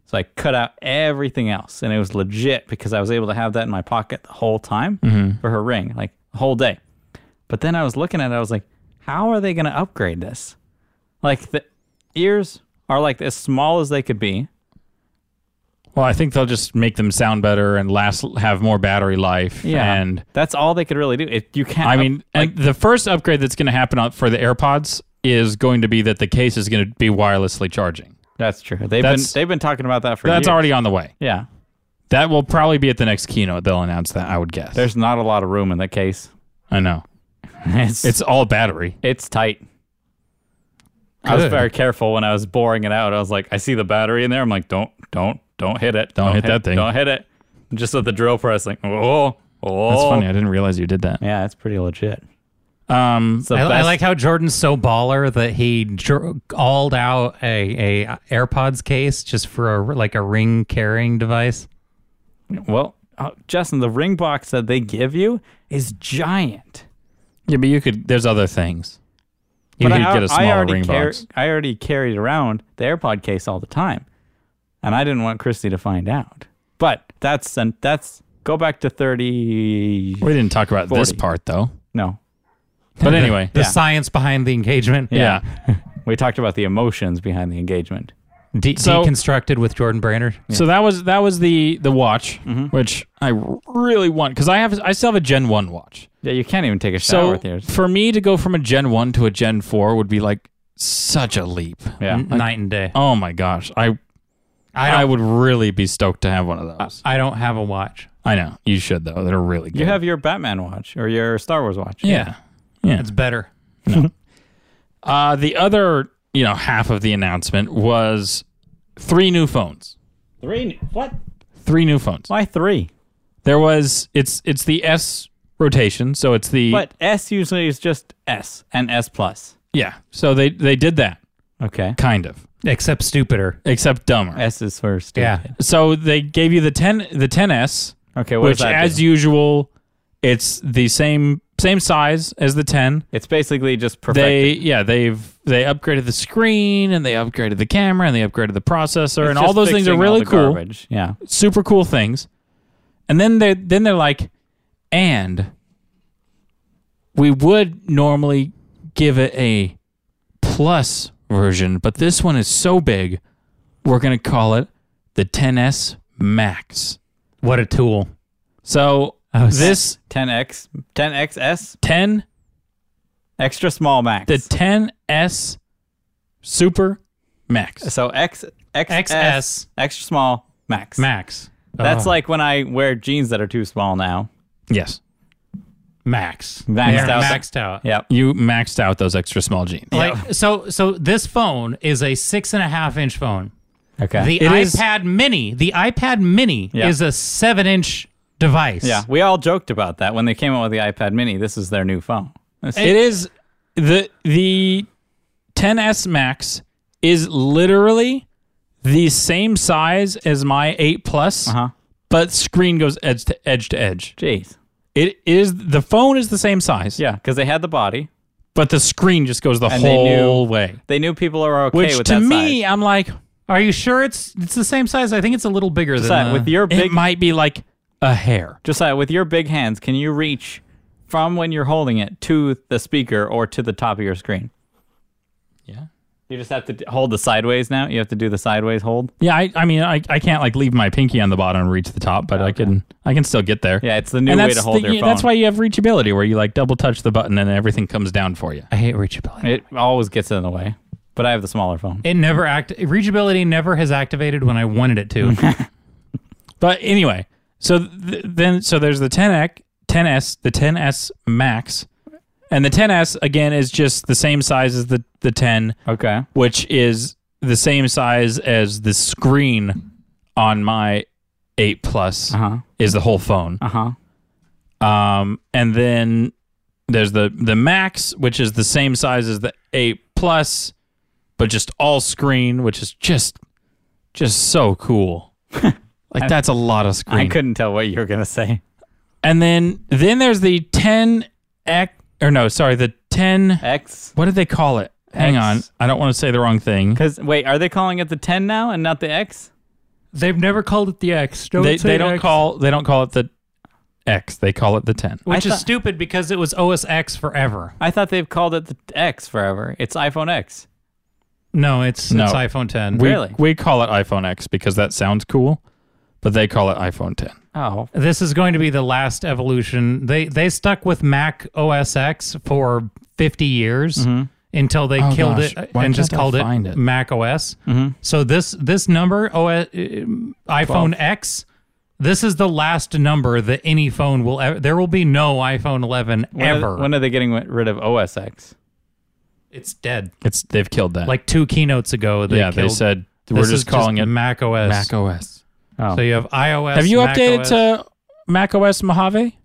Speaker 2: so i cut out everything else and it was legit because i was able to have that in my pocket the whole time
Speaker 3: Mm-hmm.
Speaker 2: for her ring like the whole day but then i was looking at it i was like how are they going to upgrade this like the ears are like as small as they could be
Speaker 3: Well, I think they'll just make them sound better and last, have more battery life. And
Speaker 2: that's all they could really do it, you can't
Speaker 3: I
Speaker 2: up-
Speaker 3: mean, and the first upgrade that's going to happen on, for the AirPods is going to be that the case is going to be wirelessly charging.
Speaker 2: that's true they've
Speaker 3: that's-
Speaker 2: been they've been talking about that for
Speaker 3: That's
Speaker 2: years.
Speaker 3: already on the way.
Speaker 2: yeah
Speaker 3: That will probably be at the next keynote. They'll announce that. I would guess.
Speaker 2: there's not a lot of room in that case
Speaker 3: I know.
Speaker 2: it's
Speaker 3: It's all battery.
Speaker 2: It's tight. I was
Speaker 3: Good.
Speaker 2: very careful when I was boring it out. I was like, I see the battery in there. I'm like, don't, don't, don't hit it.
Speaker 3: Don't hit that thing.
Speaker 2: Don't hit it. Just at the drill press, like, oh, oh.
Speaker 3: That's funny. I didn't realize you did that.
Speaker 2: Yeah, it's pretty legit.
Speaker 3: Um,
Speaker 2: It's the
Speaker 1: I, I
Speaker 2: best-
Speaker 1: like how Jordan's so baller that he dr- called out a, a AirPods case just for a, like a ring carrying device.
Speaker 2: Well, uh, Justin, the ring box that they give you is giant.
Speaker 3: Yeah, but you could. There's other things. You could
Speaker 2: I,
Speaker 3: get a
Speaker 2: I
Speaker 3: smaller
Speaker 2: already
Speaker 3: ring
Speaker 2: car-
Speaker 3: box.
Speaker 2: I already carried around the AirPod case all the time, and I didn't want Christy to find out. But that's and that's go back to thirty.
Speaker 3: We didn't talk about this
Speaker 2: 40.
Speaker 3: part though.
Speaker 2: No,
Speaker 3: But anyway,
Speaker 1: The
Speaker 2: Yeah.
Speaker 1: science behind the engagement.
Speaker 3: yeah.
Speaker 2: we talked about the emotions behind the engagement.
Speaker 1: De-
Speaker 3: So-
Speaker 1: deconstructed with Jordan Brainerd.
Speaker 3: So that was that was the the watch,
Speaker 2: Mm-hmm.
Speaker 3: which I really want because I have I still have a Gen One watch.
Speaker 2: Yeah, you can't even take a shower
Speaker 3: So
Speaker 2: with yours.
Speaker 3: for me to go from a Gen One to a Gen Four would be like such a leap.
Speaker 2: Yeah,
Speaker 1: N- night and day.
Speaker 3: Oh my gosh, I
Speaker 1: I don't.
Speaker 3: I, would really be stoked to have one of those.
Speaker 1: I don't have a watch.
Speaker 3: I know you should though; they're really good.
Speaker 2: you have your Batman watch or your Star Wars watch.
Speaker 3: yeah, yeah.
Speaker 1: It's better.
Speaker 3: Uh, the other you know half of the announcement was three new phones.
Speaker 2: three. What?
Speaker 3: Three new phones.
Speaker 2: Why three?
Speaker 3: There was it's it's the S rotation, so it's the
Speaker 2: But S usually is just S and S plus.
Speaker 3: yeah. So they they did that
Speaker 2: Okay.
Speaker 3: kind of,
Speaker 1: Except stupider.
Speaker 3: except dumber.
Speaker 2: S is first.
Speaker 1: Yeah.
Speaker 3: So they gave you the ten the 10s,
Speaker 2: Okay. What
Speaker 3: which
Speaker 2: does that
Speaker 3: as
Speaker 2: do?
Speaker 3: usual, it's the same same size as the 10.
Speaker 2: it's basically just perfect.
Speaker 3: They yeah they've they upgraded the screen and they upgraded the camera and they upgraded the processor and all those things are really cool,
Speaker 2: Yeah.
Speaker 3: super cool things. And then they then they're like, and we would normally give it a plus version, but this one is so big, we're gonna call it the 10s Max.
Speaker 1: What a tool.
Speaker 3: So
Speaker 1: was-
Speaker 3: this
Speaker 2: 10x, 10xs,
Speaker 3: 10,
Speaker 2: extra small max.
Speaker 3: the 10S Super Max.
Speaker 2: so x, XS,
Speaker 1: XS.
Speaker 2: extra small max.
Speaker 1: Max.
Speaker 2: That's
Speaker 1: Oh,
Speaker 2: like when I wear jeans that are too small now.
Speaker 3: Yes.
Speaker 1: max.
Speaker 2: Maxed
Speaker 1: They're
Speaker 2: out.
Speaker 1: Maxed out.
Speaker 2: Yep.
Speaker 3: You maxed out those extra small jeans.
Speaker 1: Like so. So this phone is a six and a half inch phone.
Speaker 2: Okay.
Speaker 1: The
Speaker 3: It is-
Speaker 1: iPad Mini. The iPad Mini
Speaker 2: Yeah.
Speaker 1: is a seven inch device.
Speaker 2: yeah. We all joked about that when they came out with the iPad mini. This is their new phone. This-
Speaker 3: It is the the 10S Max is literally the same size as my 8 Plus,
Speaker 2: Uh-huh.
Speaker 3: but screen goes edge to edge to edge.
Speaker 2: Jeez.
Speaker 3: It is the phone is the same size,
Speaker 2: Yeah. Because they had the body.
Speaker 3: but the screen just goes the
Speaker 2: And they knew-
Speaker 3: whole way.
Speaker 2: They knew people are okay
Speaker 3: Which
Speaker 2: with
Speaker 3: to
Speaker 2: that
Speaker 3: me, I'm like,
Speaker 1: Are you sure it's it's the same size? I think it's a little bigger
Speaker 2: size.
Speaker 1: than
Speaker 2: Josiah,
Speaker 1: the-
Speaker 2: with your
Speaker 3: it
Speaker 2: big,
Speaker 3: might be like a hair.
Speaker 2: Josiah, with your big hands, can you reach from when you're holding it to the speaker or to the top of your screen?
Speaker 3: Yeah.
Speaker 2: You just have to d- hold the sideways now. You have to do the sideways hold.
Speaker 3: Yeah, I, I mean, I, I can't like leave my pinky on the bottom and reach the top, but I can I can still get there.
Speaker 2: Yeah, it's the new
Speaker 3: and
Speaker 2: way
Speaker 3: that's
Speaker 2: to hold
Speaker 3: the-
Speaker 2: your
Speaker 3: yeah,
Speaker 2: phone.
Speaker 3: That's why you have reachability, where you like double touch the button and everything comes down for you.
Speaker 1: I hate reachability.
Speaker 2: it always gets in the way. But I have the smaller phone.
Speaker 1: It never act reachability never has activated when I wanted it to.
Speaker 3: But anyway, so th- then so there's the 10X, 10s, the 10s Max, and the 10s again is just the same size as the the 10,
Speaker 2: Okay.
Speaker 3: which is the same size as the screen on my 8 Plus
Speaker 2: Uh huh.
Speaker 3: is the whole phone.
Speaker 2: Uh huh.
Speaker 3: Um, and then there's the the Max, which is the same size as the Eight Plus, but just all screen, which is just just so cool. like that's a lot of
Speaker 2: I
Speaker 3: screen.
Speaker 2: couldn't tell what you were gonna say.
Speaker 3: and then then there's the 10 X or no, sorry, the 10.
Speaker 2: X.
Speaker 3: What did they call it? Hang on,
Speaker 2: X.
Speaker 3: I don't want to say the wrong thing.
Speaker 2: Because wait, are they calling it the 10 now and not the X?
Speaker 1: They've never called it the X. Don't
Speaker 3: They,
Speaker 1: say
Speaker 3: they don't
Speaker 1: X.
Speaker 3: call they don't call it the X. They call it the 10.
Speaker 1: which
Speaker 2: I
Speaker 1: is
Speaker 2: thought-
Speaker 1: stupid because it was OS X forever.
Speaker 2: I thought they've called it the X forever. It's iPhone X.
Speaker 1: No, it's
Speaker 3: No.
Speaker 1: it's iPhone 10.
Speaker 3: We,
Speaker 2: Really?
Speaker 3: we call it iPhone X because that sounds cool, but they call it iPhone 10.
Speaker 2: Oh,
Speaker 1: this is going to be the last evolution. They they stuck with Mac OS X for 50 years until they
Speaker 3: Oh,
Speaker 1: killed
Speaker 3: gosh.
Speaker 1: it
Speaker 3: Why
Speaker 1: and
Speaker 3: can't
Speaker 1: just
Speaker 3: I
Speaker 1: called it,
Speaker 3: find it?
Speaker 1: Mac OS.
Speaker 3: Mm-hmm.
Speaker 1: So this this number OS, iPhone X this is the last number that any phone will ever. There will be no iPhone 11
Speaker 2: when
Speaker 1: ever.
Speaker 2: Are they, when are they getting rid of OS X?
Speaker 1: it's dead.
Speaker 3: It's they've killed that.
Speaker 1: Like two keynotes ago, they
Speaker 3: yeah, they
Speaker 1: killed-
Speaker 3: said
Speaker 1: this
Speaker 3: we're
Speaker 1: is
Speaker 3: just calling it
Speaker 1: Mac OS.
Speaker 3: Mac OS.
Speaker 2: Oh,
Speaker 1: So you have iOS.
Speaker 3: Have you
Speaker 1: Mac
Speaker 3: updated
Speaker 1: OS.
Speaker 3: to Mac OS Mojave?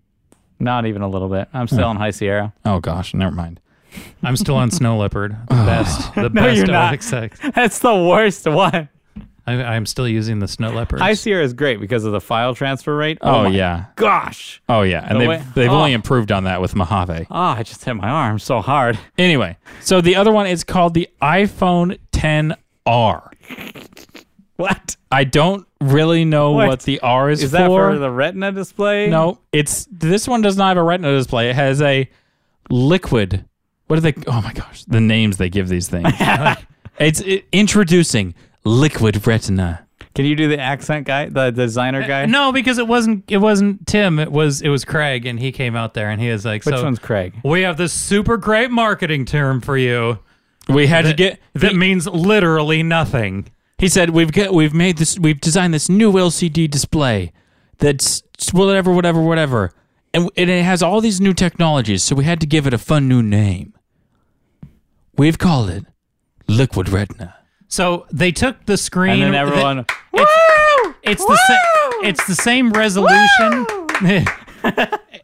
Speaker 2: not even a little bit. I'm still in High Sierra.
Speaker 3: Oh gosh, never mind.
Speaker 1: I'm still on Snow Leopard. The best. The best
Speaker 2: you're
Speaker 1: of
Speaker 2: not.
Speaker 1: XX.
Speaker 2: That's the worst one.
Speaker 1: I, I'm still using the snow leopards.
Speaker 2: I see her as great because of the file transfer rate.
Speaker 3: Oh,
Speaker 2: my
Speaker 3: yeah.
Speaker 2: gosh.
Speaker 3: Oh yeah, and
Speaker 2: The
Speaker 3: they've
Speaker 2: way-
Speaker 3: they've only
Speaker 2: Oh.
Speaker 3: improved on that with Mojave.
Speaker 2: Ah, I just hit my arm so hard.
Speaker 3: Anyway, so the other one is called the iPhone 10R.
Speaker 2: What
Speaker 3: I don't really know what,
Speaker 2: What?
Speaker 3: the R is,
Speaker 2: is
Speaker 3: for.
Speaker 2: that for the Retina display?
Speaker 3: no, it's this one does not have a Retina display. It has a liquid. What are they? Oh my gosh, the names they give these things. it's it, introducing liquid Retina.
Speaker 2: Can you do the accent guy, the designer guy?
Speaker 1: no, because it wasn't it wasn't Tim. It was it was Craig, and he came out there and he was like,
Speaker 2: Which
Speaker 1: so
Speaker 2: one's Craig?
Speaker 1: we have this super great marketing term for you
Speaker 3: We had to get.
Speaker 1: that means literally nothing.
Speaker 3: He said we've got, we've made this we've designed this new LCD display that's whatever whatever whatever and, and it has all these new technologies so we had to give it a fun new name. We've called it Liquid Retina.
Speaker 1: So they took the
Speaker 2: And
Speaker 1: screen.
Speaker 2: then everyone.
Speaker 1: It's the sa- it's the same resolution.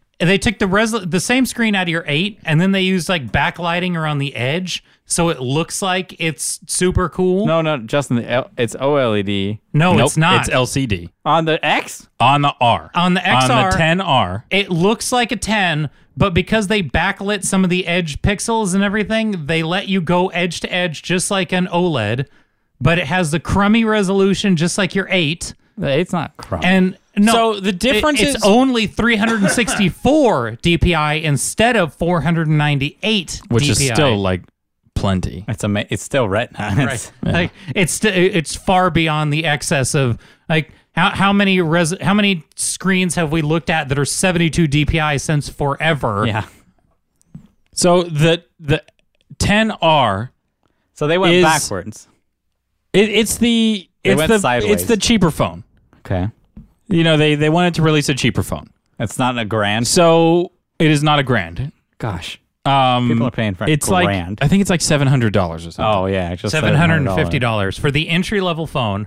Speaker 1: they took the resol the same screen out of your eight, and then they used like backlighting around the edge, so it looks like it's super cool.
Speaker 2: No, no, Justin. the L- It's OLED
Speaker 1: No, it's
Speaker 3: It's
Speaker 1: not.
Speaker 3: LCD
Speaker 2: on the X.
Speaker 3: on the R.
Speaker 1: On the
Speaker 3: on
Speaker 1: XR.
Speaker 3: the 10R.
Speaker 1: it looks like a ten, but because they backlit some of the edge pixels and everything, they let you go edge to edge just like an OLED. But it has the crummy resolution, just like your eight.
Speaker 2: It's not crumb.
Speaker 1: And no,
Speaker 3: So the difference
Speaker 1: it, it's
Speaker 3: is-
Speaker 1: only 364 DPI instead of 498,
Speaker 3: Which
Speaker 1: DPI.
Speaker 3: is still like plenty.
Speaker 2: it's ama- It's still Retina. It's-
Speaker 1: right. Like it's st- it's far beyond the excess of like how how many res how many screens have we looked at that are 72 DPI since forever?
Speaker 2: Yeah.
Speaker 3: So the the 10R
Speaker 2: So they went
Speaker 3: Is-
Speaker 2: backwards.
Speaker 3: it, it's the
Speaker 2: They
Speaker 3: it's
Speaker 2: went
Speaker 3: the it's
Speaker 2: sideways.
Speaker 3: the cheaper phone.
Speaker 2: Okay.
Speaker 3: You know they they wanted to release a cheaper phone.
Speaker 2: It's not a grand.
Speaker 3: So it is not a grand.
Speaker 2: Gosh.
Speaker 3: Um,
Speaker 2: People are paying for a
Speaker 3: it's
Speaker 2: grand.
Speaker 3: like I think it's like seven hundred dollars or something.
Speaker 2: Oh yeah, it's just
Speaker 1: Seven hundred and fifty dollars for the entry level phone,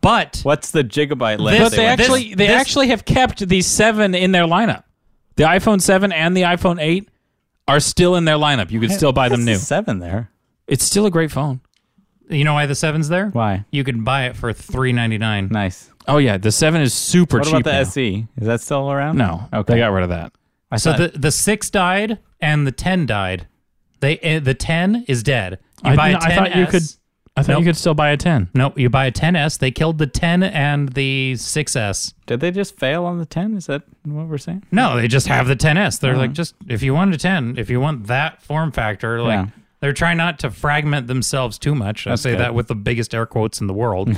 Speaker 1: but
Speaker 2: What's the gigabyte
Speaker 1: This-
Speaker 2: limit?
Speaker 3: but they
Speaker 1: were-
Speaker 2: went-
Speaker 1: this-
Speaker 3: actually they
Speaker 1: this-
Speaker 3: actually have kept the seven in their lineup. The iPhone seven and the iPhone eight are still in their lineup. You could still buy them new.
Speaker 2: There's Seven there.
Speaker 3: It's still a great phone.
Speaker 1: you know why the seven's there?
Speaker 2: Why?
Speaker 1: You can buy it for three ninety nine.
Speaker 2: Nice.
Speaker 3: Oh yeah, the seven is super
Speaker 2: What
Speaker 3: cheap.
Speaker 2: about the
Speaker 3: now.
Speaker 2: SE? Is that still around?
Speaker 3: No,
Speaker 2: Okay.
Speaker 3: they got rid of that.
Speaker 2: I
Speaker 1: So
Speaker 2: thought-
Speaker 1: the the six died and the ten died. They uh, the ten is dead. You
Speaker 3: I-
Speaker 1: buy
Speaker 3: no,
Speaker 1: a 10S.
Speaker 3: I thought you could- I thought
Speaker 1: Nope.
Speaker 3: you could still buy a ten.
Speaker 1: No, you buy a 10s. They killed the 10 and the 6s.
Speaker 2: did they just fail on the ten? Is that what we're saying?
Speaker 1: No, they just have the 10s. They're like, just if you want a 10, if you want that form factor, like
Speaker 2: Yeah.
Speaker 1: they're trying not to fragment themselves too much. I say
Speaker 2: good.
Speaker 1: that with the biggest air quotes in the world.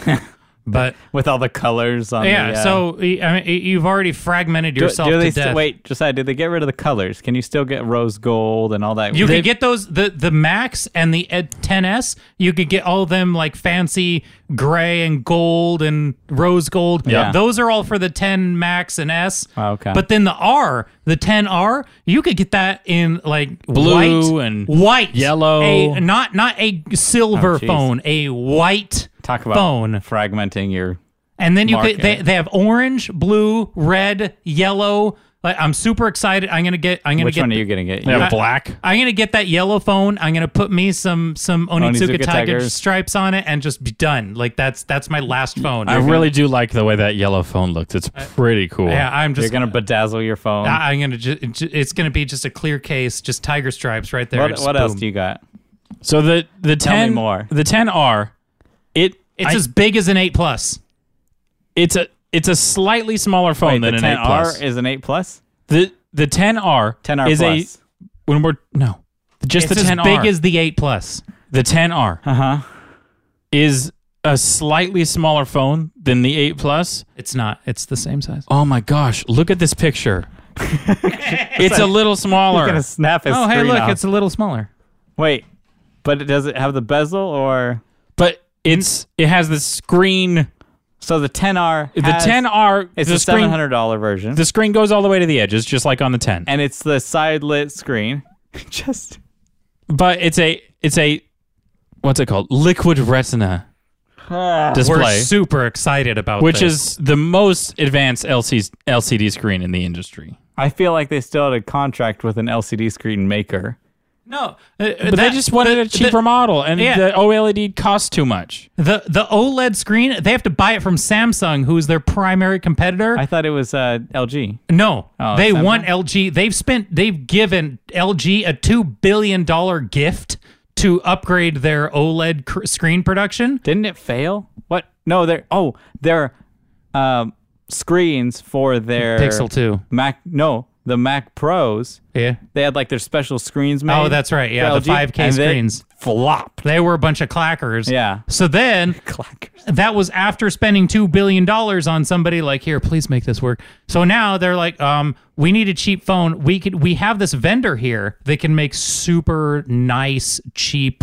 Speaker 1: but
Speaker 2: With all the colors on.
Speaker 1: yeah,
Speaker 2: the, uh,
Speaker 1: so y- I mean, y- you've already fragmented
Speaker 2: do,
Speaker 1: yourself
Speaker 2: do
Speaker 1: to
Speaker 2: they
Speaker 1: death.
Speaker 2: still, wait? Josiah, did they get rid of the colors? Can you still get rose gold and all that?
Speaker 1: You
Speaker 2: They-
Speaker 1: could get those the the Max and the Ed 10s. You could get all of them like fancy gray and gold and rose gold.
Speaker 2: Yeah.
Speaker 1: those are all for the 10 Max and S.
Speaker 2: Oh, okay.
Speaker 1: but then the R, the 10R, you could get that in like
Speaker 3: Blue
Speaker 1: white,
Speaker 3: and
Speaker 1: white,
Speaker 3: yellow.
Speaker 1: a, not not a silver
Speaker 2: Oh, jeez.
Speaker 1: phone, a white
Speaker 2: talk about
Speaker 1: phone.
Speaker 2: fragmenting your.
Speaker 1: And then you
Speaker 2: Mark
Speaker 1: could, they,
Speaker 2: it.
Speaker 1: they have orange, blue, red, yellow. Like, I'm super excited. I'm gonna get. I'm gonna
Speaker 2: Which
Speaker 1: get
Speaker 2: one are you gonna get?
Speaker 3: Yeah,
Speaker 1: I-
Speaker 3: black.
Speaker 1: I'm gonna get that yellow phone. I'm gonna put me some some Onitsuka,
Speaker 2: Onitsuka
Speaker 1: Tiger
Speaker 2: Tigers.
Speaker 1: stripes on it and just be done. Like that's that's my last phone.
Speaker 3: I really do like the way that yellow phone looked. It's pretty cool.
Speaker 1: yeah, I'm
Speaker 2: You're
Speaker 1: just
Speaker 2: gonna bedazzle your phone.
Speaker 3: Ah,
Speaker 1: I- I'm gonna ju- ju- it's gonna be just a clear case, just tiger stripes right there.
Speaker 2: what
Speaker 1: Just
Speaker 2: what else
Speaker 1: boom.
Speaker 2: do you got?
Speaker 3: So the the
Speaker 2: me
Speaker 3: ten
Speaker 2: more.
Speaker 3: The ten R, it
Speaker 1: It's
Speaker 3: I-
Speaker 1: as big as an eight plus.
Speaker 3: it's a it's a slightly smaller phone
Speaker 2: Wait,
Speaker 3: than an
Speaker 2: the
Speaker 3: eight
Speaker 2: 10R
Speaker 3: plus.
Speaker 2: is an eight plus.
Speaker 3: the the ten R
Speaker 2: 10R
Speaker 3: is
Speaker 2: plus.
Speaker 3: a when we're no just
Speaker 1: It's
Speaker 3: the
Speaker 1: as
Speaker 3: ten
Speaker 1: big
Speaker 3: R
Speaker 1: as the eight plus.
Speaker 3: the ten R
Speaker 2: Uh huh.
Speaker 3: is a slightly smaller phone than the eight plus.
Speaker 1: It's not. It's the same size.
Speaker 3: Oh my gosh! Look at this picture. it's a little
Speaker 2: He's
Speaker 3: smaller.
Speaker 2: gonna snap his
Speaker 1: Oh hey,
Speaker 2: screen
Speaker 1: look,
Speaker 2: off.
Speaker 1: it's a little smaller.
Speaker 2: Wait, but it- does it have the bezel or?
Speaker 3: But it's it has the screen.
Speaker 2: So the 10R,
Speaker 3: The
Speaker 2: has-
Speaker 3: ten R
Speaker 2: it's
Speaker 3: the,
Speaker 2: the seven
Speaker 3: screen
Speaker 2: hundred dollar version,
Speaker 3: the screen goes all the way to the edges, just like on the ten.
Speaker 2: and it's the side lit screen. Just
Speaker 3: but it's a it's a what's it called liquid retina
Speaker 1: We're
Speaker 3: display
Speaker 1: super excited about
Speaker 3: which
Speaker 1: this.
Speaker 3: is the most advanced LCD, lcd screen in the industry
Speaker 2: I feel like they still had a contract with an LCD screen maker,
Speaker 1: No, uh,
Speaker 3: But they just wanted a cheaper model, and
Speaker 1: yeah.
Speaker 3: the OLED cost too much.
Speaker 1: The the OLED screen, they have to buy it from Samsung, who is their primary competitor.
Speaker 2: I thought it was uh, LG.
Speaker 1: no,
Speaker 2: Oh,
Speaker 1: they
Speaker 2: Samsung?
Speaker 1: want LG. They've spent, they've given LG a two billion dollar gift to upgrade their OLED cr- screen production.
Speaker 2: Didn't it fail? What? No, they're oh they're um, screens for their
Speaker 1: Pixel two,
Speaker 2: Mac. No, the Mac Pros.
Speaker 1: yeah.
Speaker 2: They had like their special screens made.
Speaker 1: Oh, that's right. Yeah,
Speaker 2: for
Speaker 1: the
Speaker 2: LG,
Speaker 1: 5K
Speaker 2: and they
Speaker 1: screens.
Speaker 2: flopped.
Speaker 1: They were a bunch of clackers.
Speaker 2: Yeah.
Speaker 1: So then
Speaker 2: Clackers.
Speaker 1: that was after spending two billion dollars on somebody like here please make this work so now they're like um we need a cheap phone we could we have this vendor here that can make super nice cheap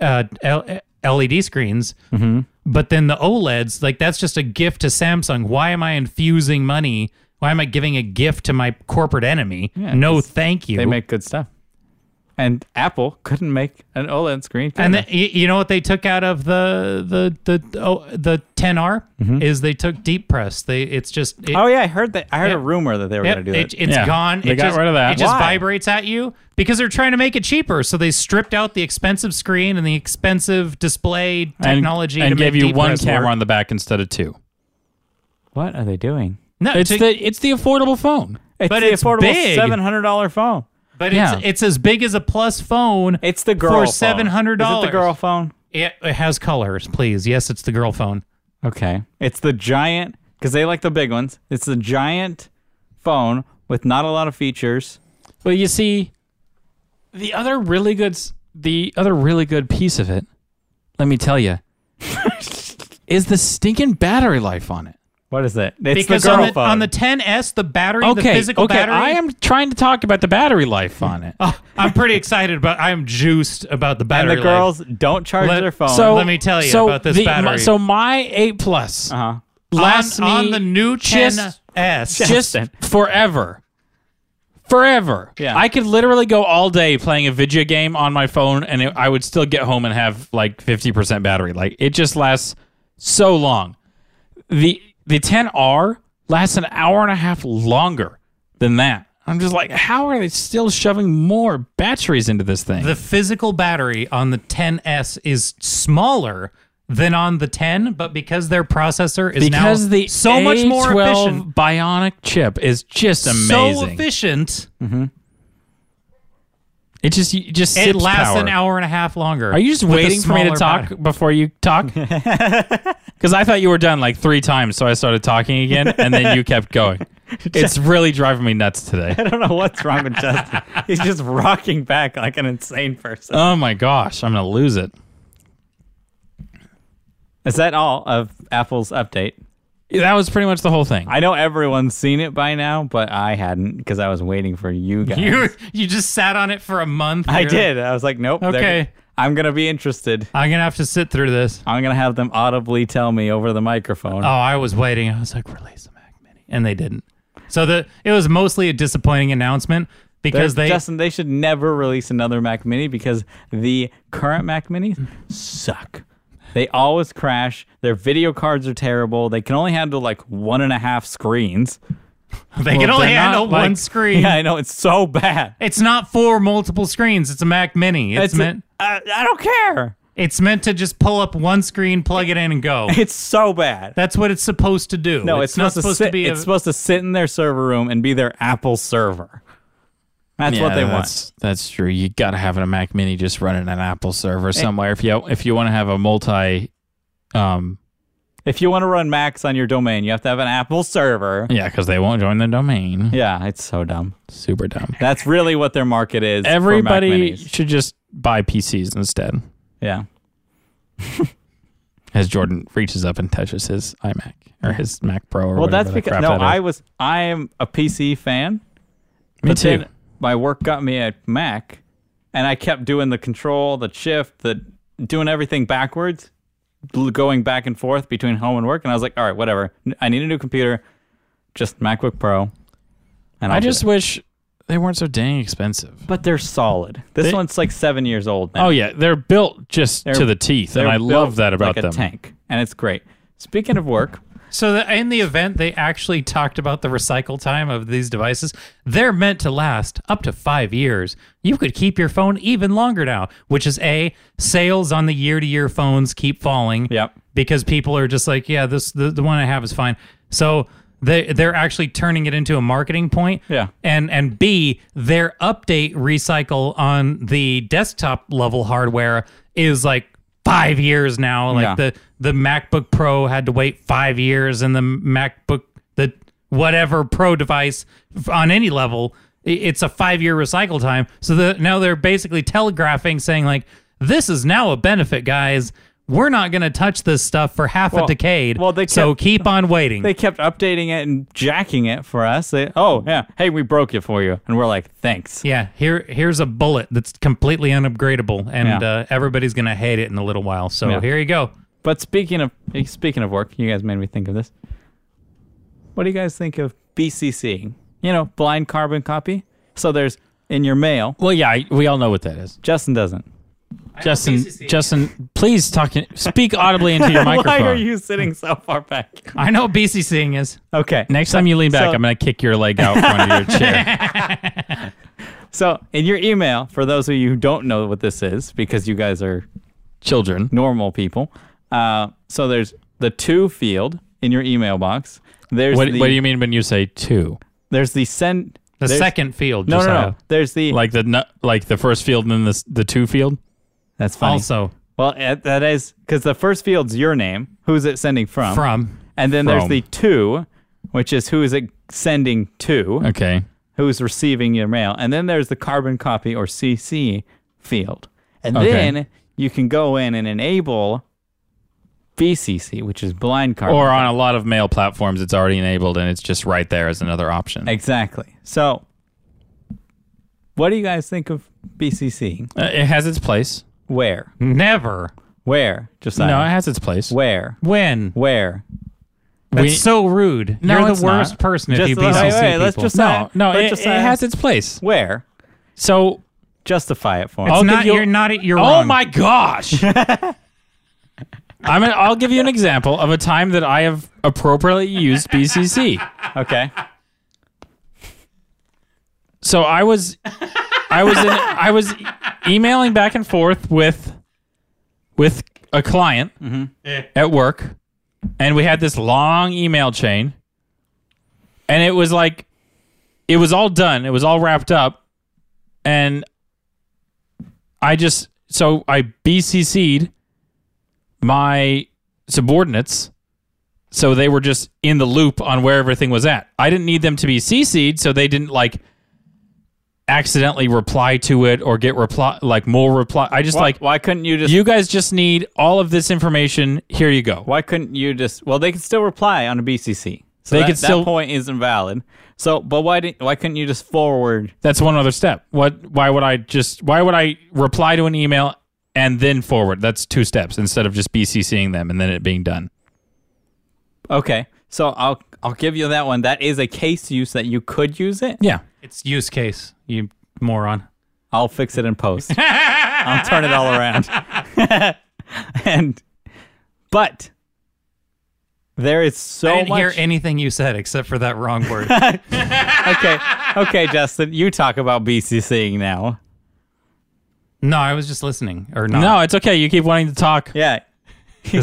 Speaker 1: uh L- led screens
Speaker 2: Mm-hmm.
Speaker 1: but then the oleds like that's just a gift to samsung why am i infusing money why am i giving a gift to my corporate enemy no thank you
Speaker 2: They make good stuff. And Apple couldn't make an OLED screen. could
Speaker 1: And
Speaker 2: they?
Speaker 1: the, you you know what they took out of the the the oh, the 10R
Speaker 3: Mm-hmm.
Speaker 1: is they took deep press. They it's just it,
Speaker 2: oh yeah, I heard that. I heard a
Speaker 1: Yep.
Speaker 2: rumor that they were
Speaker 1: yep,
Speaker 2: going to do
Speaker 1: it,
Speaker 2: it.
Speaker 1: has
Speaker 3: Yeah,
Speaker 1: gone.
Speaker 3: they
Speaker 1: it
Speaker 3: got
Speaker 1: just,
Speaker 3: rid of that.
Speaker 1: It just
Speaker 2: Why?
Speaker 1: vibrates at you because they're trying to make it cheaper. So they stripped out the expensive screen and the expensive display
Speaker 3: And-
Speaker 1: technology
Speaker 3: and,
Speaker 1: to
Speaker 3: gave
Speaker 1: make
Speaker 3: you
Speaker 1: deep
Speaker 3: one
Speaker 1: press
Speaker 3: camera
Speaker 1: work.
Speaker 3: on the back instead of two.
Speaker 2: what are they doing?
Speaker 1: No,
Speaker 3: It's
Speaker 1: to-
Speaker 3: the it's the affordable phone.
Speaker 2: It's
Speaker 1: But
Speaker 2: the
Speaker 1: it's
Speaker 2: affordable
Speaker 1: big.
Speaker 2: seven hundred dollar phone.
Speaker 1: but
Speaker 3: yeah.
Speaker 1: it's it's as big as a plus phone.
Speaker 2: It's the girl
Speaker 1: for
Speaker 2: phone.
Speaker 1: seven hundred
Speaker 2: Is
Speaker 1: dollars.
Speaker 2: it the girl phone?
Speaker 1: It, it has colors, please. Yes, it's the girl phone.
Speaker 2: Okay. It's the giant because they like the big ones. It's the giant phone with not a lot of features.
Speaker 3: Well, you see, the other really good s- the other really good piece of it, let me tell you, is the stinking battery life on it.
Speaker 2: What is it? It's
Speaker 1: Because
Speaker 2: the girl
Speaker 1: on the
Speaker 2: phone.
Speaker 1: on the 10s, the battery, the
Speaker 3: Okay,
Speaker 1: physical
Speaker 3: okay,
Speaker 1: battery.
Speaker 3: I am trying to talk about the battery life on it.
Speaker 1: Oh, I'm pretty excited about. I'm juiced about the
Speaker 2: and
Speaker 1: battery.
Speaker 2: the girls don't charge
Speaker 1: Let-
Speaker 2: their phone.
Speaker 3: so
Speaker 1: let me tell you
Speaker 3: so
Speaker 1: about this
Speaker 3: the-
Speaker 1: battery.
Speaker 3: my- so my eight plus
Speaker 2: uh-huh.
Speaker 1: life.
Speaker 3: lasts
Speaker 1: on, on
Speaker 3: me
Speaker 1: the new
Speaker 3: just-
Speaker 1: 10s.
Speaker 3: just
Speaker 2: Justin.
Speaker 3: forever. Forever.
Speaker 2: Yeah.
Speaker 3: I could literally go all day playing a video game on my phone and it, I would still get home and have like 50% battery. Like it just lasts so long. The the 10R lasts an hour and a half longer than that. I'm just like, how are they still shoving more batteries into this thing?
Speaker 1: the physical battery on the 10s is smaller than on the 10, but because their processor is
Speaker 3: because
Speaker 1: now
Speaker 3: the
Speaker 1: so much more
Speaker 3: A12
Speaker 1: efficient,
Speaker 3: bionic chip is just
Speaker 1: so
Speaker 3: amazing.
Speaker 1: efficient,
Speaker 3: it just it just
Speaker 1: it
Speaker 3: sips
Speaker 1: lasts
Speaker 3: power.
Speaker 1: an hour and a half longer.
Speaker 3: Are you just
Speaker 1: with a
Speaker 3: waiting for me to
Speaker 1: smaller
Speaker 3: talk
Speaker 1: battery.
Speaker 3: before you talk? Because I thought you were done like three times, so I started talking again, and then you kept going. It's really driving me nuts today.
Speaker 2: I don't know what's wrong with Justin. He's just rocking back like an insane person.
Speaker 3: Oh my gosh, I'm gonna lose it.
Speaker 2: Is that all of Apple's update?
Speaker 3: That was pretty much the whole thing.
Speaker 2: I know everyone's seen it by now, but I hadn't because I was waiting for you guys.
Speaker 1: You you just sat on it for a month.
Speaker 2: I
Speaker 1: You're like,
Speaker 2: did. I was like, nope. they're-
Speaker 1: Okay.
Speaker 2: I'm gonna be interested.
Speaker 1: I'm gonna have to sit through this.
Speaker 2: I'm gonna have them audibly tell me over the microphone.
Speaker 1: Oh, I was waiting. I was like, release the Mac Mini, and they didn't. So the it was mostly a disappointing announcement because
Speaker 2: They're-
Speaker 1: they
Speaker 2: Justin, they should never release another Mac Mini because the current Mac Minis suck. They always crash. Their video cards are terrible. They can only handle like one and a half screens.
Speaker 1: they can
Speaker 3: Well,
Speaker 1: only
Speaker 3: they're not
Speaker 1: handle one
Speaker 3: like-
Speaker 1: screen.
Speaker 2: Yeah, I know it's so bad.
Speaker 1: It's not for multiple screens. It's a Mac Mini. It's,
Speaker 2: It's
Speaker 1: meant
Speaker 2: I, I don't care.
Speaker 1: it's meant to just pull up one screen, plug it in, and go.
Speaker 2: It's so bad.
Speaker 1: That's what it's supposed to do.
Speaker 2: No, it's,
Speaker 1: not
Speaker 2: supposed, to,
Speaker 1: supposed
Speaker 2: sit,
Speaker 1: to be.
Speaker 2: It's
Speaker 1: a,
Speaker 2: supposed to sit in their server room and be their Apple server. That's
Speaker 3: Yeah,
Speaker 2: what they want.
Speaker 3: that's, That's true. You gotta have a Mac Mini just running an Apple server somewhere if you if you want to have a multi. Um,
Speaker 2: If you want to run Macs on your domain, you have to have an Apple server.
Speaker 3: yeah, because they won't join the domain.
Speaker 2: Yeah, it's so dumb.
Speaker 3: Super dumb.
Speaker 2: That's really what their market is. for Mac
Speaker 3: Everybody
Speaker 2: Minis.
Speaker 3: should just buy PCs instead.
Speaker 2: Yeah.
Speaker 3: As Jordan reaches up and touches his iMac or his Mac Pro or
Speaker 2: Well,
Speaker 3: whatever
Speaker 2: that's
Speaker 3: the
Speaker 2: because
Speaker 3: crap
Speaker 2: no,
Speaker 3: that is.
Speaker 2: I was I am a PC fan.
Speaker 3: Me
Speaker 2: but
Speaker 3: too.
Speaker 2: then my work got me a Mac, and I kept doing the control, the shift, the doing everything backwards, l- going back and forth between home and work. And I was like, all right, whatever. N- I need a new computer, just MacBook Pro. And
Speaker 3: I
Speaker 2: I'll do
Speaker 3: just
Speaker 2: it.
Speaker 3: wish they weren't so dang expensive.
Speaker 2: but they're solid. This
Speaker 3: They-
Speaker 2: one's like seven years old now.
Speaker 3: Oh yeah, they're built just
Speaker 2: They're-
Speaker 3: to the teeth, and
Speaker 2: They're
Speaker 3: Oh, I love
Speaker 2: built
Speaker 3: that about
Speaker 2: like a
Speaker 3: them.
Speaker 2: tank, and it's great. Speaking of work,
Speaker 1: So the, in the event, they actually talked about the recycle time of these devices. They're meant to last up to five years. You could keep your phone even longer now, which is a sales on the year-to-year phones keep falling.
Speaker 2: Yep.
Speaker 1: Because people are just like, yeah, this the, the one I have is fine. So they they're actually turning it into a marketing point.
Speaker 2: Yeah.
Speaker 1: And and B, their update recycle on the desktop level hardware is like five years now. Like
Speaker 2: Yeah.
Speaker 1: the the MacBook Pro had to wait five years, and the MacBook, the whatever Pro device f- on any level, i- it's a five year recycle time. So the, now they're basically telegraphing, saying like, "This is now a benefit, guys. We're not going to touch this stuff for half a
Speaker 2: Well-
Speaker 1: decade.
Speaker 2: well, they
Speaker 1: so
Speaker 2: kept-
Speaker 1: keep on waiting."
Speaker 2: They kept updating it and jacking it for us. They, oh yeah, hey, we broke it for you, and we're like, thanks.
Speaker 1: yeah, here here's a bullet that's completely unupgradable, and
Speaker 2: Yeah.
Speaker 1: uh, everybody's gonna hate it in a little while. So
Speaker 2: Yeah.
Speaker 1: here you go.
Speaker 2: But speaking of speaking of work, you guys made me think of this. What do you guys think of BCC? You know, blind carbon copy. So there's in your mail.
Speaker 3: Well, yeah, I, we all know what that is.
Speaker 2: Justin doesn't.
Speaker 3: Justin, Justin, please talk. in- Speak audibly into your microphone.
Speaker 2: Why are you sitting so far back?
Speaker 1: I know BCCing is.
Speaker 2: Okay.
Speaker 3: Next time you lean back,
Speaker 2: so-
Speaker 3: I'm gonna kick your leg out from under your chair.
Speaker 2: So in your email, for those of you who don't know what this is, because you guys are
Speaker 3: Children.
Speaker 2: normal people, uh, so there's the to field in your email box. There's
Speaker 3: What,
Speaker 2: the,
Speaker 3: what do you mean when you say two?
Speaker 2: There's the send.
Speaker 1: The
Speaker 2: there's-
Speaker 1: second field,
Speaker 2: No, no,
Speaker 1: Josiah.
Speaker 2: no. There's the.
Speaker 3: Like the nu- like the first field and then the s- the two field.
Speaker 2: that's funny.
Speaker 1: Also
Speaker 2: Well, eh, that is because the first field's your name. Who's it sending from?
Speaker 1: from
Speaker 2: And then there's
Speaker 3: From.
Speaker 2: the to, which is who is it sending to?
Speaker 3: Okay.
Speaker 2: Who's receiving your mail? And then there's the carbon copy or CC field. And
Speaker 3: Okay.
Speaker 2: then you can go in and enable BCC, which is blind carbon.
Speaker 3: Or on a lot of mail platforms, it's already enabled and it's just right there as another option. Uh,
Speaker 2: exactly. So, what do you guys think of BCC?
Speaker 3: Uh, it has its place.
Speaker 2: Where?
Speaker 1: never
Speaker 2: Where? Josiah.
Speaker 3: Hmm. No, it has its place.
Speaker 2: Where?
Speaker 1: when.
Speaker 2: Where?
Speaker 1: That's
Speaker 3: We-
Speaker 1: so rude.
Speaker 3: No,
Speaker 1: You're
Speaker 3: it's
Speaker 1: the worst
Speaker 3: not.
Speaker 1: person if
Speaker 2: Just
Speaker 1: you
Speaker 2: let-
Speaker 1: BCC
Speaker 2: wait, wait,
Speaker 1: people.
Speaker 2: let's just-
Speaker 3: no, Oh, no,
Speaker 2: But
Speaker 3: it,
Speaker 2: just
Speaker 3: it
Speaker 2: ask-
Speaker 3: has its place.
Speaker 2: Where?
Speaker 3: So,
Speaker 2: Justify it for me.
Speaker 1: It's
Speaker 3: I'll
Speaker 1: not,
Speaker 3: give you-
Speaker 1: you're not at your
Speaker 3: oh my gosh. I'm. Gonna, I'll give you an example of a time that I have appropriately used BCC.
Speaker 2: Okay.
Speaker 3: So I was, I was, in, I was emailing back and forth with, with a client at work, and we had this long email chain, and it was like, it was all done, it was all wrapped up, and I just so I BCC'd my subordinates so they were just in the loop on where everything was at. I didn't need them to be CC'd, so they didn't like accidentally reply to it or get reply like more reply. I just
Speaker 2: Why,
Speaker 3: like
Speaker 2: why couldn't you just?
Speaker 3: you guys just need all of this information. Here you go.
Speaker 2: why couldn't you just? Well, they can still reply on a BCC. So
Speaker 3: They
Speaker 2: that,
Speaker 3: could
Speaker 2: that
Speaker 3: still-
Speaker 2: point isn't valid. So, but why didn't? Why couldn't you just forward?
Speaker 3: That's one other step. What? Why would I just? Why would I reply to an email and then forward? That's two steps instead of just BCCing them and then it being done.
Speaker 2: Okay. So I'll I'll give you that one. That is a case use that you could use it.
Speaker 3: Yeah.
Speaker 1: It's use case, you moron.
Speaker 2: I'll fix it in post. I'll turn it all around. and but there is so
Speaker 1: I didn't
Speaker 2: much.
Speaker 1: hear anything you said except for that wrong word.
Speaker 2: okay, okay, Justin, you talk about BCCing now.
Speaker 1: no, I was just listening or
Speaker 3: No,
Speaker 1: not.
Speaker 3: it's okay. You keep wanting to talk.
Speaker 2: Yeah.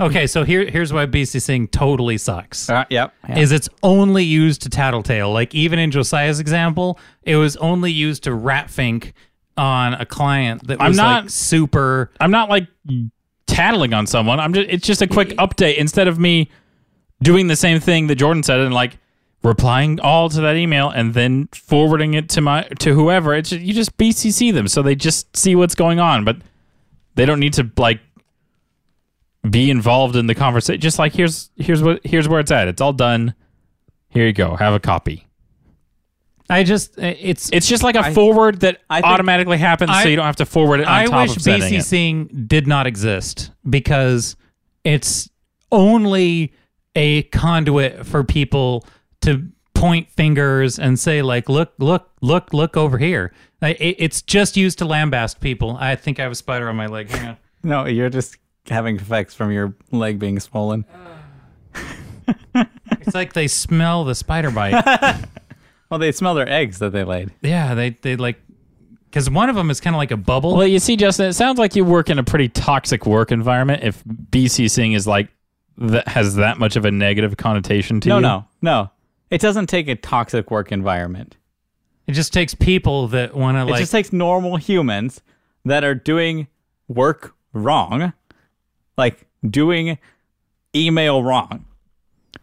Speaker 1: okay, so here here's why BCCing totally sucks.
Speaker 2: Uh, yep.
Speaker 1: is it's only used to tattletale. Like even in Josiah's example, it was only used to ratfink on a client that
Speaker 3: I'm
Speaker 1: was like
Speaker 3: not-
Speaker 1: super
Speaker 3: I'm not like tattling on someone. I'm just it's just a quick update instead of me doing the same thing that Jordan said and like replying all to that email and then forwarding it to my to whoever. It's ju- you just BCC them so they just see what's going on, but they don't need to like be involved in the conversation. Just like here's here's what here's where it's at. It's all done. Here you go. Have a copy.
Speaker 1: I just it's
Speaker 3: It's just like a forward that
Speaker 2: I think-
Speaker 3: automatically happens,
Speaker 1: I-
Speaker 3: so you don't have to forward it on
Speaker 1: I
Speaker 3: top
Speaker 1: wish
Speaker 3: of sending it.
Speaker 1: BCCing did not exist because it's only a conduit for people to point fingers and say like, look, look, look, look over here. I- It, it's just used to lambast people. I think I have a spider on my leg. Hang on.
Speaker 2: No, you're just having effects from your leg being swollen.
Speaker 1: It's like they smell the spider bite.
Speaker 2: Well, they smell their eggs that they laid.
Speaker 1: yeah, they they like because one of them is kind of like a bubble.
Speaker 3: Well, you see, Justin, it sounds like you work in a pretty toxic work environment. If BCCing is like that has that much of a negative connotation to
Speaker 2: No,
Speaker 3: you.
Speaker 2: no, no. It doesn't take a toxic work environment.
Speaker 1: it just takes people that want to
Speaker 2: It
Speaker 1: like.
Speaker 2: just takes normal humans that are doing work wrong, like doing email wrong.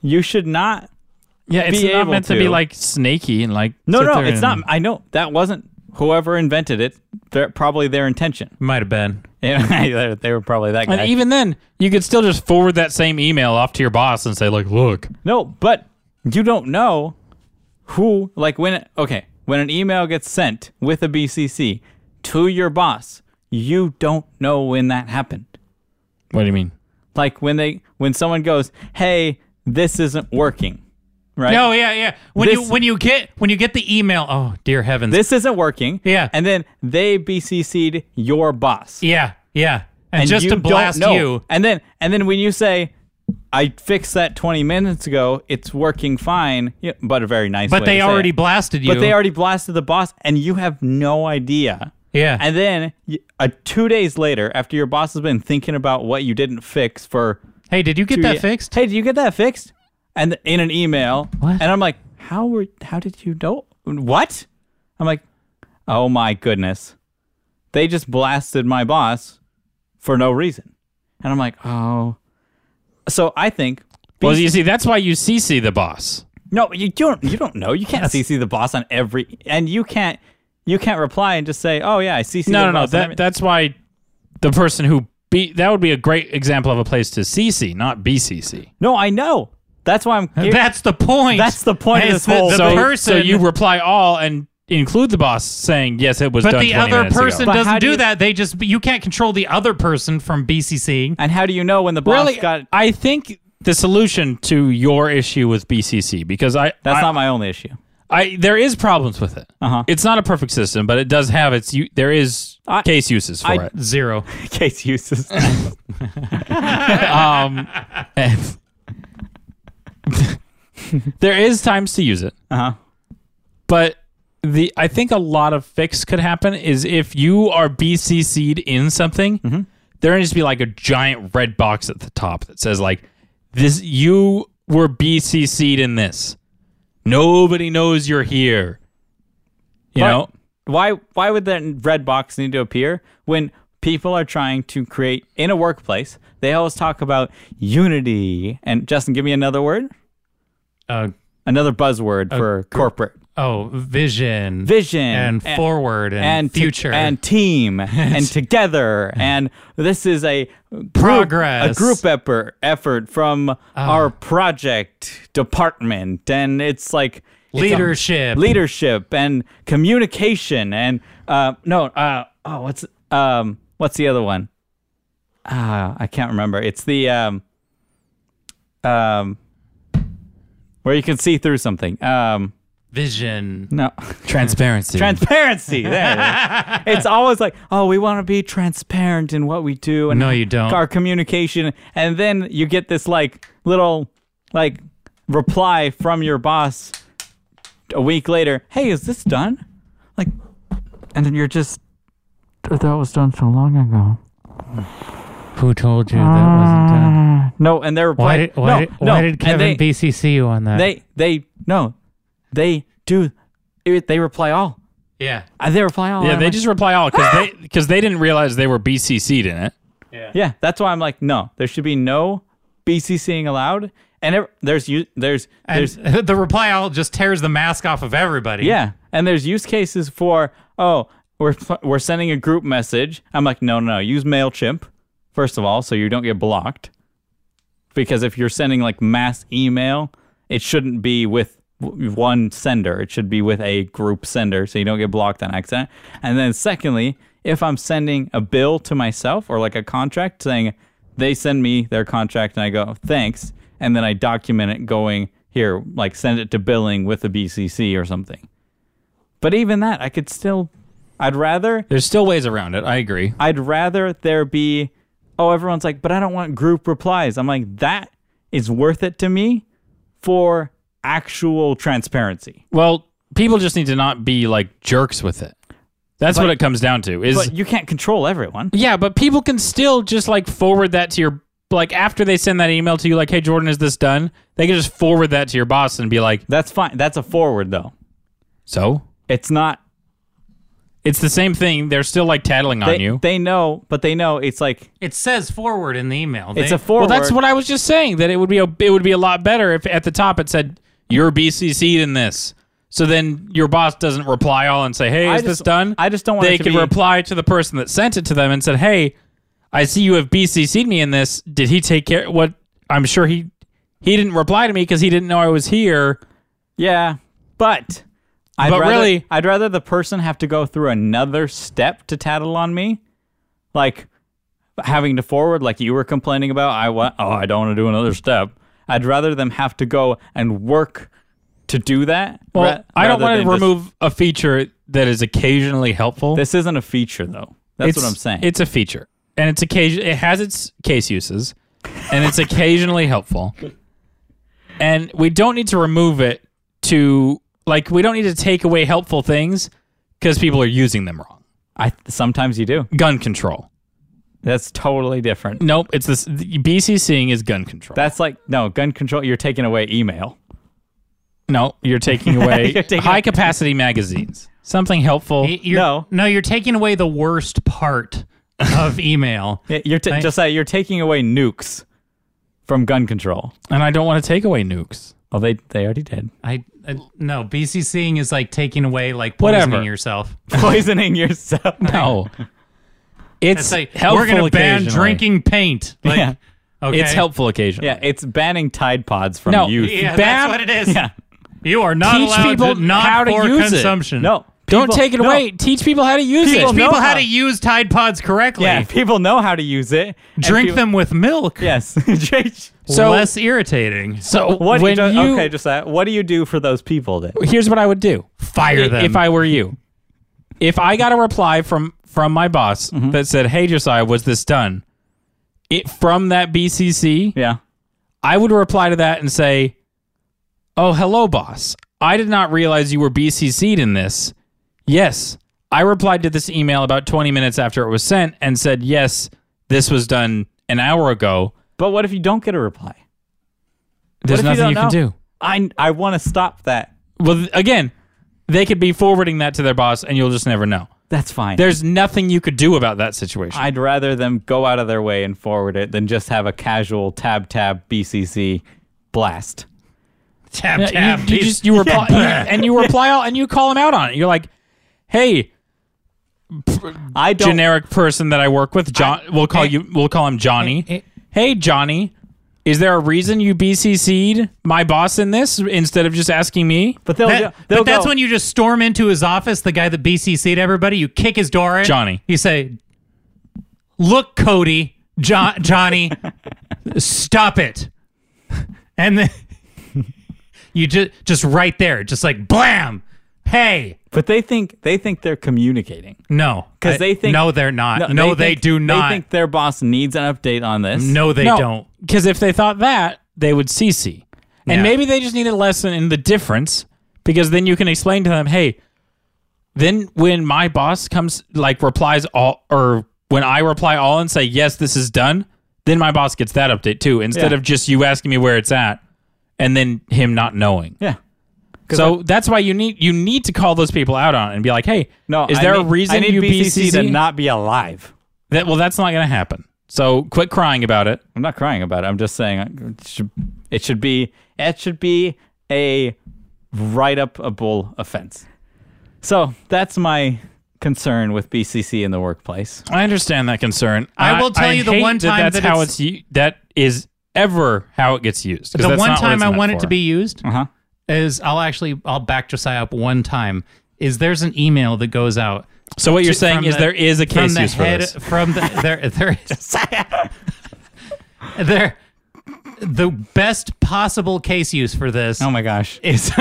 Speaker 2: You should not.
Speaker 3: Yeah, it's
Speaker 2: Be
Speaker 3: not
Speaker 2: able
Speaker 3: meant to. be
Speaker 2: to.
Speaker 3: like snaky and like
Speaker 2: No,
Speaker 3: sit
Speaker 2: no,
Speaker 3: there
Speaker 2: it's
Speaker 3: and-
Speaker 2: not. I know that wasn't whoever invented it. They're probably their intention.
Speaker 1: might have been.
Speaker 2: Yeah, they were probably that
Speaker 3: And
Speaker 2: guy.
Speaker 3: even then, you could still just forward that same email off to your boss and say, like, look,
Speaker 2: No, but you don't know who, like when, okay, when an email gets sent with a BCC to your boss, you don't know when that happened.
Speaker 3: what do you mean?
Speaker 2: Like when they, when someone goes, hey, this isn't working, right?
Speaker 1: No, yeah, yeah. When
Speaker 2: This-
Speaker 1: you when you get when you get the email, oh dear heavens.
Speaker 2: This isn't working.
Speaker 1: Yeah.
Speaker 2: And then they BCC'd your boss.
Speaker 1: yeah, yeah. And,
Speaker 2: And
Speaker 1: just
Speaker 2: you
Speaker 1: to
Speaker 2: don't
Speaker 1: blast
Speaker 2: know.
Speaker 1: you,
Speaker 2: And then, and then when you say, I fixed that 20 minutes ago, it's working fine, yeah, but a very nice
Speaker 1: but
Speaker 2: way
Speaker 1: they
Speaker 2: to say
Speaker 1: already
Speaker 2: it.
Speaker 1: blasted you.
Speaker 2: But they already blasted the boss, and you have no idea.
Speaker 1: Yeah.
Speaker 2: And then y- uh, two days later, after your boss has been thinking about what you didn't fix for
Speaker 1: hey, did you get
Speaker 2: two
Speaker 1: that
Speaker 2: ye-
Speaker 1: fixed?
Speaker 2: Hey, did you get that fixed? And th- in an email,
Speaker 1: What?
Speaker 2: and I'm like, how were? How did you know? What? I'm like, oh my goodness, they just blasted my boss for no reason, and I'm like, oh. So I think.
Speaker 3: Well, you see, that's why you CC the boss.
Speaker 2: No, you don't. You don't know. You can't CC the boss on every, and you can't. You can't reply and just say, "Oh yeah, I CC."
Speaker 3: No,
Speaker 2: the
Speaker 3: no, no.
Speaker 2: boss on every-"
Speaker 3: That, that's why the person who be that would be a great example of a place to CC, not BCC.
Speaker 2: no, I know. That's why I'm.
Speaker 1: That's the point.
Speaker 2: That's the point of
Speaker 1: Is
Speaker 2: this
Speaker 1: that
Speaker 2: whole-
Speaker 1: The,
Speaker 2: So-
Speaker 3: So,
Speaker 1: person,
Speaker 3: so you reply all and include the boss saying, yes, it was
Speaker 1: but
Speaker 3: done
Speaker 1: the
Speaker 3: 20
Speaker 1: other
Speaker 3: minutes ago."
Speaker 1: person
Speaker 2: But
Speaker 1: doesn't
Speaker 2: how do
Speaker 1: do
Speaker 2: you-
Speaker 1: that. They just you can't control the other person from BCCing.
Speaker 2: and how do you know when the boss
Speaker 3: really,
Speaker 2: got?
Speaker 3: I think the solution to your issue with BCC because I
Speaker 2: That's
Speaker 3: I,
Speaker 2: not my only issue.
Speaker 3: I there is problems with it.
Speaker 2: Uh-huh.
Speaker 3: It's not a perfect system, but it does have its u- there is
Speaker 2: I-
Speaker 3: case uses for
Speaker 2: I-
Speaker 3: it.
Speaker 1: Zero.
Speaker 2: Case uses.
Speaker 3: Um, and- there is times to use it,
Speaker 2: uh-huh.
Speaker 3: but the I think a lot of fix could happen is if you are BCC'd in something, there needs to be like a giant red box at the top that says like this you were BCC'd in this. Nobody knows you're here. You
Speaker 2: But
Speaker 3: know,
Speaker 2: why? Why would that red box need to appear when people are trying to create in a workplace? They always talk about unity. And Justin, give me another word,
Speaker 1: Uh,
Speaker 2: another
Speaker 3: uh,
Speaker 2: buzzword for corporate
Speaker 1: oh, vision.
Speaker 2: vision
Speaker 1: and,
Speaker 2: and-
Speaker 1: forward and,
Speaker 2: and to-
Speaker 1: future
Speaker 2: and team and together and this is a group-
Speaker 1: Progress. Ah.
Speaker 2: a group effort effort from our project department and it's like it's a-
Speaker 1: Leadership.
Speaker 2: leadership and communication and uh no uh oh what's um what's the other one ah I can't remember it's the um um where you can see through something um
Speaker 1: vision.
Speaker 2: no
Speaker 3: transparency.
Speaker 2: Transparency. There. it is. it's always like, oh, we want to be transparent in what we do and
Speaker 1: No, you don't.
Speaker 2: our communication, and then you get this like little like reply from your boss a week later. Hey, is this done? Like, and then you're just that was done so long ago.
Speaker 1: Who told you that wasn't done?
Speaker 2: No, and they're
Speaker 1: Why
Speaker 2: replying.
Speaker 1: did why,
Speaker 2: Ah. no,
Speaker 1: did,
Speaker 2: no.
Speaker 1: why did
Speaker 2: and
Speaker 1: Kevin
Speaker 2: they,
Speaker 1: BCC you on that?
Speaker 2: They they no, they do. it- They reply all.
Speaker 1: yeah.
Speaker 2: Uh, They reply all.
Speaker 3: Yeah,
Speaker 2: I'm
Speaker 3: they
Speaker 2: like,
Speaker 3: just reply all because they because they didn't realize they were BCC'd in it.
Speaker 2: Yeah, that's why I'm like, no, there should be no BCCing allowed. And ev- there's u- there's
Speaker 1: And
Speaker 2: there's
Speaker 1: the reply all just tears the mask off of everybody.
Speaker 2: yeah, and there's use cases for oh we're pl- we're sending a group message. I'm like, no, no, no, use Mailchimp first of all, so you don't get blocked. Because if you're sending like mass email, it shouldn't be with w- one sender. It should be with a group sender, so you don't get blocked on accident. And then secondly, if I'm sending a bill to myself or like a contract saying they send me their contract and I go thanks, and then I document it going here, like send it to billing with a BCC or something. But even that, I could still. I'd rather
Speaker 3: There's still ways around it. I agree.
Speaker 2: I'd rather there be, oh, everyone's like, but I don't want group replies. I'm like, that is worth it to me for actual transparency.
Speaker 3: Well, people just need to not be like jerks with it. That's what it comes down to. Is
Speaker 2: But you can't control everyone.
Speaker 3: yeah, but people can still just like forward that to your like after they send that email to you, like, hey Jordan, is this done? They can just forward that to your boss and be like,
Speaker 2: That's fine. That's a forward though.
Speaker 3: so
Speaker 2: It's not
Speaker 3: it's the same thing. They're still like tattling
Speaker 2: they,
Speaker 3: on you.
Speaker 2: they know, but they know it's like
Speaker 1: It says forward in the email.
Speaker 2: it's
Speaker 1: They-
Speaker 2: a forward.
Speaker 3: Well, that's what I was just saying. That it would be a it would be a lot better if at the top it said you're BCC'd in this. So then your boss doesn't reply all and say, "Hey,
Speaker 2: I
Speaker 3: is
Speaker 2: just-
Speaker 3: this done?"
Speaker 2: I just don't want
Speaker 3: They
Speaker 2: it to
Speaker 3: can
Speaker 2: be-
Speaker 3: reply to the person that sent it to them and said, "Hey, I see you have BCC'd me in this. Did he take care? What I'm sure he he didn't reply to me because he didn't know I was here.
Speaker 2: Yeah, but I'd
Speaker 3: But
Speaker 2: rather,
Speaker 3: really-
Speaker 2: I'd rather the person have to go through another step to tattle on me, like having to forward, like you were complaining about. I want, oh, I don't want to do another step. I'd rather them have to go and work to do that.
Speaker 3: Well,
Speaker 2: ra-
Speaker 3: I don't
Speaker 2: rather
Speaker 3: want
Speaker 2: than
Speaker 3: to
Speaker 2: just-
Speaker 3: remove a feature that is occasionally helpful.
Speaker 2: this isn't a feature though. That's what I'm
Speaker 3: It's-
Speaker 2: saying.
Speaker 3: It's a feature, and it's occasion. It has its case uses, and it's occasionally helpful. And we don't need to remove it to like we don't need to take away helpful things because people are using them wrong.
Speaker 2: I sometimes you do.
Speaker 3: Gun control.
Speaker 2: That's totally different.
Speaker 3: Nope. It's this BCCing is gun control.
Speaker 2: That's like no gun control. You're taking away email.
Speaker 3: no, you're taking away
Speaker 2: You're taking-
Speaker 3: high capacity magazines. Something helpful.
Speaker 1: Y- you're-
Speaker 2: No.
Speaker 1: no, you're taking away the worst part of email.
Speaker 2: You're ta
Speaker 1: Right.
Speaker 2: just like you're taking away nukes from gun control.
Speaker 3: and I don't want to take away nukes.
Speaker 2: Oh, they they already did.
Speaker 1: I, I no BCCing is like taking away like poisoning
Speaker 3: Whatever.
Speaker 1: yourself.
Speaker 2: poisoning yourself.
Speaker 3: No. It's,
Speaker 1: It's like
Speaker 3: helpful
Speaker 1: we're gonna ban
Speaker 3: occasionally.
Speaker 1: drinking paint. Like,
Speaker 2: Yeah.
Speaker 1: okay.
Speaker 3: It's helpful occasionally.
Speaker 2: Yeah, it's banning Tide Pods from
Speaker 3: No.
Speaker 2: youth.
Speaker 1: Yeah,
Speaker 3: Ban-
Speaker 1: that's what it is.
Speaker 2: Yeah.
Speaker 1: You are not
Speaker 3: Teach
Speaker 1: allowed
Speaker 3: people
Speaker 1: to not
Speaker 3: how to
Speaker 1: for
Speaker 3: use it.
Speaker 1: consumption.
Speaker 2: No.
Speaker 3: Don't
Speaker 2: people-
Speaker 3: take it
Speaker 2: no.
Speaker 3: away. Teach people how to use
Speaker 1: teach
Speaker 3: it.
Speaker 1: people,
Speaker 2: know
Speaker 1: how
Speaker 2: how.
Speaker 1: to use Tide Pods correctly.
Speaker 2: Yeah, people know how to use it. and
Speaker 1: Drink
Speaker 2: people-
Speaker 1: them with milk.
Speaker 2: Yes. Drink-
Speaker 3: So-
Speaker 1: less irritating.
Speaker 3: So
Speaker 2: what do
Speaker 3: when
Speaker 2: you, do-
Speaker 3: you-
Speaker 2: Okay, just that. What do you do for those people then?
Speaker 3: here's what I would do
Speaker 1: Fire them.
Speaker 3: if I were you. If I got a reply from from my boss that said, "Hey Josiah, was this done?" It from that BCC,
Speaker 2: Yeah.
Speaker 3: I would reply to that and say, "Oh, hello boss. I did not realize you were BCC'd in this. Yes, I replied to this email about 20 minutes after it was sent and said, "Yes, this was done an hour ago.
Speaker 2: But what if you don't get a reply?
Speaker 3: There's
Speaker 2: if you
Speaker 3: nothing
Speaker 2: don't
Speaker 3: you can
Speaker 2: know?
Speaker 3: do."
Speaker 2: I I want to stop that.
Speaker 3: Well, th- again, they could be forwarding that to their boss, and you'll just never know.
Speaker 2: That's fine.
Speaker 3: There's nothing you could do about that situation.
Speaker 2: I'd rather them go out of their way and forward it than just have a casual tab tab BCC blast.
Speaker 1: tap
Speaker 3: You-
Speaker 1: tap.
Speaker 3: you,
Speaker 1: beat-
Speaker 3: just you reply you- and you reply all, and you call them out on it. You're like, "Hey,
Speaker 2: I don't
Speaker 3: generic person that I work with, John. we'll call you. We'll call him Johnny.
Speaker 1: eh, eh.
Speaker 3: hey, Johnny, is there a reason you BCC'd my boss in this instead of just asking me?"
Speaker 2: But they'll
Speaker 1: That-
Speaker 2: they'll
Speaker 1: but that's
Speaker 2: go,
Speaker 1: when you just storm into his office, the guy that BCC'd everybody. You kick his door in.
Speaker 3: Johnny.
Speaker 1: You say, Look, Cody, jo- Johnny, stop it. And then you just, just right there, just like blam. Hey.
Speaker 2: But they think they think they're communicating.
Speaker 1: No.
Speaker 2: 'Cause
Speaker 1: I-
Speaker 2: they think-
Speaker 1: No, they're not. Uh, No, they,
Speaker 2: think-
Speaker 1: do not.
Speaker 2: They think their boss needs an update on this.
Speaker 1: no, they
Speaker 3: No,
Speaker 1: don't.
Speaker 3: Because if they thought that, they would CC. And
Speaker 1: Yeah.
Speaker 3: maybe they just need a lesson in the difference because then you can explain to them, hey, then when my boss comes, like replies all, or when I reply all and say, yes, this is done, then my boss gets that update too, instead
Speaker 2: Yeah.
Speaker 3: of just you asking me where it's at and then him not knowing.
Speaker 2: Yeah.
Speaker 3: So that's why you need you need to call those people out on it and be like, hey,
Speaker 2: No.
Speaker 3: is
Speaker 2: I
Speaker 3: there a
Speaker 2: need-
Speaker 3: reason
Speaker 2: I need
Speaker 3: you
Speaker 2: BCC
Speaker 3: BCC
Speaker 2: to not be alive?
Speaker 3: That, well, that's not going to happen. So quit crying about it.
Speaker 2: I'm not crying about it. I'm just saying uh, it should, it should be it should be a write upable offense. So that's my concern with BCC in the workplace.
Speaker 3: I understand that concern.
Speaker 1: I will tell you the
Speaker 3: hate
Speaker 1: one
Speaker 3: that
Speaker 1: time
Speaker 3: that's
Speaker 1: that
Speaker 3: how
Speaker 1: it's-
Speaker 3: it's, u- that is ever how it gets used. 'cause
Speaker 1: The
Speaker 3: that's
Speaker 1: one
Speaker 3: not what
Speaker 1: time
Speaker 3: it's
Speaker 1: I
Speaker 3: meant
Speaker 1: want it
Speaker 3: for.
Speaker 1: to be used
Speaker 2: Uh huh.
Speaker 1: is I'll actually I'll back Josiah up one time. Is there's an email that goes out
Speaker 3: So what you're
Speaker 1: to-
Speaker 3: saying
Speaker 1: from
Speaker 3: is
Speaker 1: the-
Speaker 3: there is a case
Speaker 1: from the
Speaker 3: used for
Speaker 1: head
Speaker 3: this.
Speaker 1: from the there there there the best possible case use for this
Speaker 2: Oh my gosh.
Speaker 1: is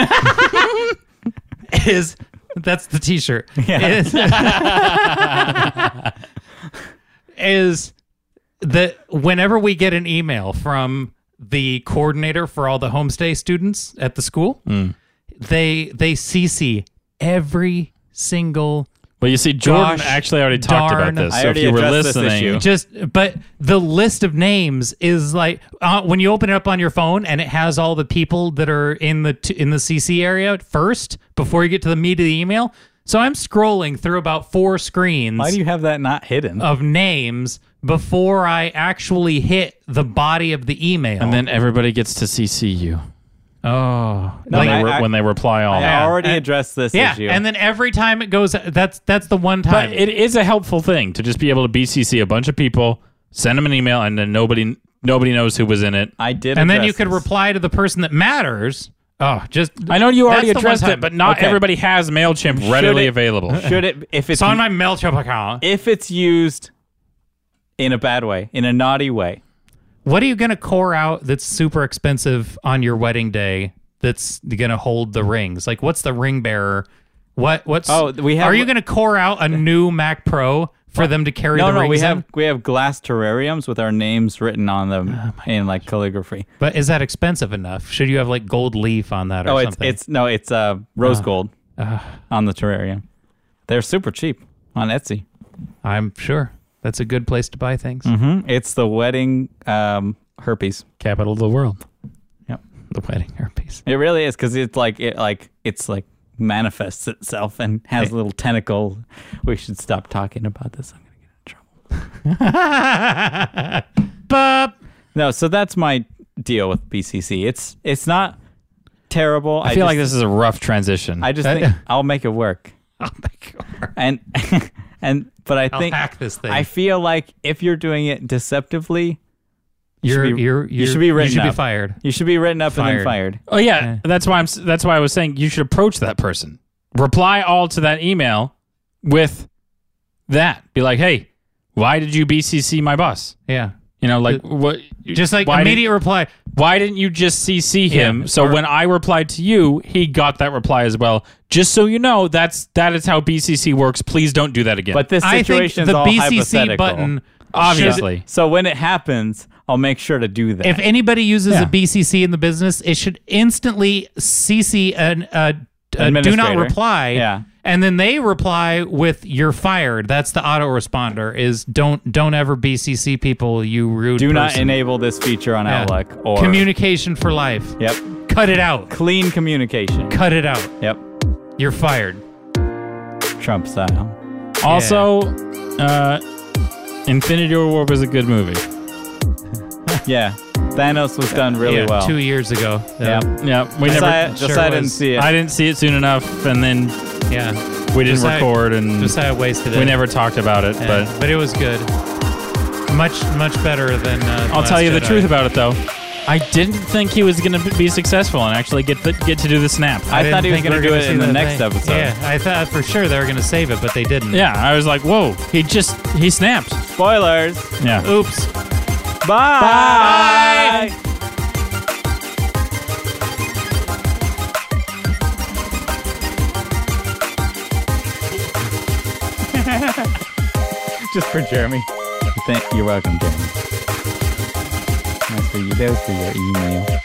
Speaker 1: is that's the t-shirt is, is that whenever we get an email from the coordinator for all the homestay students at the school. They they CC every single
Speaker 3: Well, you see, Jordan
Speaker 1: Gosh
Speaker 3: actually already talked about
Speaker 1: darn.
Speaker 3: this.
Speaker 2: I
Speaker 3: So if
Speaker 2: already
Speaker 3: you were
Speaker 2: addressed this issue.
Speaker 3: listening,
Speaker 1: just but the list of names is like uh, when you open it up on your phone and it has all the people that are in the t- in the CC area at first before you get to the meat of the email. So I'm scrolling through about four screens
Speaker 2: Why do you have that not hidden?
Speaker 1: of names before I actually hit the body of the email.
Speaker 3: and then everybody gets to CC you
Speaker 1: oh,
Speaker 2: No,
Speaker 3: when,
Speaker 2: I-
Speaker 3: they, re-
Speaker 2: I-
Speaker 3: when they reply all.
Speaker 2: I already
Speaker 1: and-
Speaker 2: addressed this
Speaker 1: yeah,
Speaker 2: issue.
Speaker 1: and then every time it goes, that's that's the one time.
Speaker 3: But it is a helpful thing to just be able to BCC a bunch of people, send them an email, and then nobody nobody knows who was in it.
Speaker 2: I did,
Speaker 1: and then you
Speaker 2: address
Speaker 1: could
Speaker 2: this.
Speaker 1: reply to the person that matters. Oh, just
Speaker 3: I know you
Speaker 1: That's
Speaker 3: already
Speaker 1: the one
Speaker 3: addressed
Speaker 1: time.
Speaker 3: it, but not
Speaker 2: Okay.
Speaker 3: everybody has MailChimp readily
Speaker 2: it-
Speaker 3: available.
Speaker 2: Should it if it's
Speaker 1: it's on my Mailchimp account.
Speaker 2: if it's used in a bad way, in a naughty way,
Speaker 1: What are you gonna core out that's super expensive on your wedding day? That's gonna hold the rings. Like, what's the ring bearer? What what's
Speaker 2: Oh, we have-
Speaker 1: are you gonna core out a new Mac Pro for them to carry
Speaker 2: No,
Speaker 1: the
Speaker 2: no,
Speaker 1: rings?
Speaker 2: we
Speaker 1: in?
Speaker 2: have we have glass terrariums with our names written on them
Speaker 1: Oh
Speaker 2: in like calligraphy.
Speaker 1: But is that expensive enough? Should you have like gold leaf on that or
Speaker 2: Oh, it's
Speaker 1: something? uh.
Speaker 2: it's no, it's uh rose gold on the terrarium. They're super cheap on Etsy.
Speaker 1: I'm sure that's a good place to buy things.
Speaker 2: Hmm? It's the wedding um herpes.
Speaker 3: Capital of the world.
Speaker 2: Yep.
Speaker 1: The wedding herpes.
Speaker 2: It really is because it's like it like it's like manifests itself and has a little tentacle. We should stop talking about this. I'm gonna get in trouble.
Speaker 1: Bop.
Speaker 2: No, so that's my deal with BCC. It's it's not terrible.
Speaker 3: I feel like this is a rough transition.
Speaker 2: I just think I'll make it work.
Speaker 1: Oh my god.
Speaker 2: and and but I
Speaker 1: I'll
Speaker 2: think
Speaker 1: hack this thing.
Speaker 2: I feel like if you're doing it deceptively,
Speaker 1: you're,
Speaker 2: should be-
Speaker 1: you're,
Speaker 2: you
Speaker 1: you're-
Speaker 2: should be written
Speaker 1: You should
Speaker 2: up.
Speaker 1: be fired.
Speaker 2: you should be written up and then
Speaker 1: Fired.
Speaker 2: fired.
Speaker 3: oh yeah, that's why I'm. s- That's why I was saying you should approach that person. Reply all to that email with that. Be like, hey, why did you BCC my boss?
Speaker 1: Yeah.
Speaker 3: You know, like what?
Speaker 1: Just like
Speaker 3: why did-
Speaker 1: immediate reply.
Speaker 3: why didn't you just CC him?
Speaker 1: Yeah,
Speaker 3: so when I replied to you, he got that reply as well. Just so you know, that's that is how BCC works. Please don't do that again.
Speaker 2: But this
Speaker 1: I think
Speaker 2: situation
Speaker 1: the
Speaker 2: is all
Speaker 1: BCC
Speaker 2: hypothetical.
Speaker 1: button.
Speaker 3: obviously,
Speaker 2: So when it happens, I'll make sure to do that.
Speaker 1: If anybody uses
Speaker 3: Yeah.
Speaker 1: a BCC in the business, it should instantly CC an a, a do not
Speaker 2: Administrator.
Speaker 1: reply.
Speaker 2: Yeah.
Speaker 1: And then they reply with "You're fired." That's the autoresponder. Is don't don't ever BCC people. You rude.
Speaker 2: do not
Speaker 1: person.
Speaker 2: enable this feature on
Speaker 1: Yeah.
Speaker 2: Outlook or
Speaker 1: communication for life.
Speaker 2: Yep.
Speaker 1: Cut it out.
Speaker 2: Clean communication.
Speaker 1: Cut it out.
Speaker 2: Yep.
Speaker 1: You're fired.
Speaker 2: Trump style.
Speaker 3: also, uh, Infinity War was a good movie.
Speaker 2: Yeah. Thanos was done really
Speaker 1: yeah,
Speaker 2: well.
Speaker 1: two years ago.
Speaker 2: Yep.
Speaker 3: Yeah, we
Speaker 2: Josiah,
Speaker 3: never.
Speaker 1: sure
Speaker 2: Josiah didn't
Speaker 1: was.
Speaker 2: see it.
Speaker 3: I didn't see it soon enough, and then
Speaker 1: Yeah.
Speaker 3: we didn't
Speaker 1: Josiah-
Speaker 3: record, and
Speaker 1: Josiah wasted it.
Speaker 3: we never talked about it.
Speaker 1: Yeah,
Speaker 3: But
Speaker 1: Eh. but it was good. Much much better than. Uh,
Speaker 3: I'll
Speaker 1: Last
Speaker 3: tell you the
Speaker 1: Jedi.
Speaker 3: truth about it, though. I didn't think he was going to be successful and actually get the, get to do the snap.
Speaker 2: I thought
Speaker 1: didn't
Speaker 2: he was
Speaker 1: think
Speaker 2: gonna
Speaker 1: we were
Speaker 2: do
Speaker 1: gonna
Speaker 2: it
Speaker 1: see
Speaker 2: in the
Speaker 1: that
Speaker 2: next
Speaker 1: thing.
Speaker 2: episode.
Speaker 1: Yeah, I thought for sure they were going to save it, but they didn't.
Speaker 3: yeah, I was like, whoa, he just he snapped.
Speaker 2: Spoilers.
Speaker 3: Yeah.
Speaker 1: Oops.
Speaker 2: Bye. Bye. Just for Jeremy. Thank, you're welcome, Jeremy. Nice for you. That was for your email.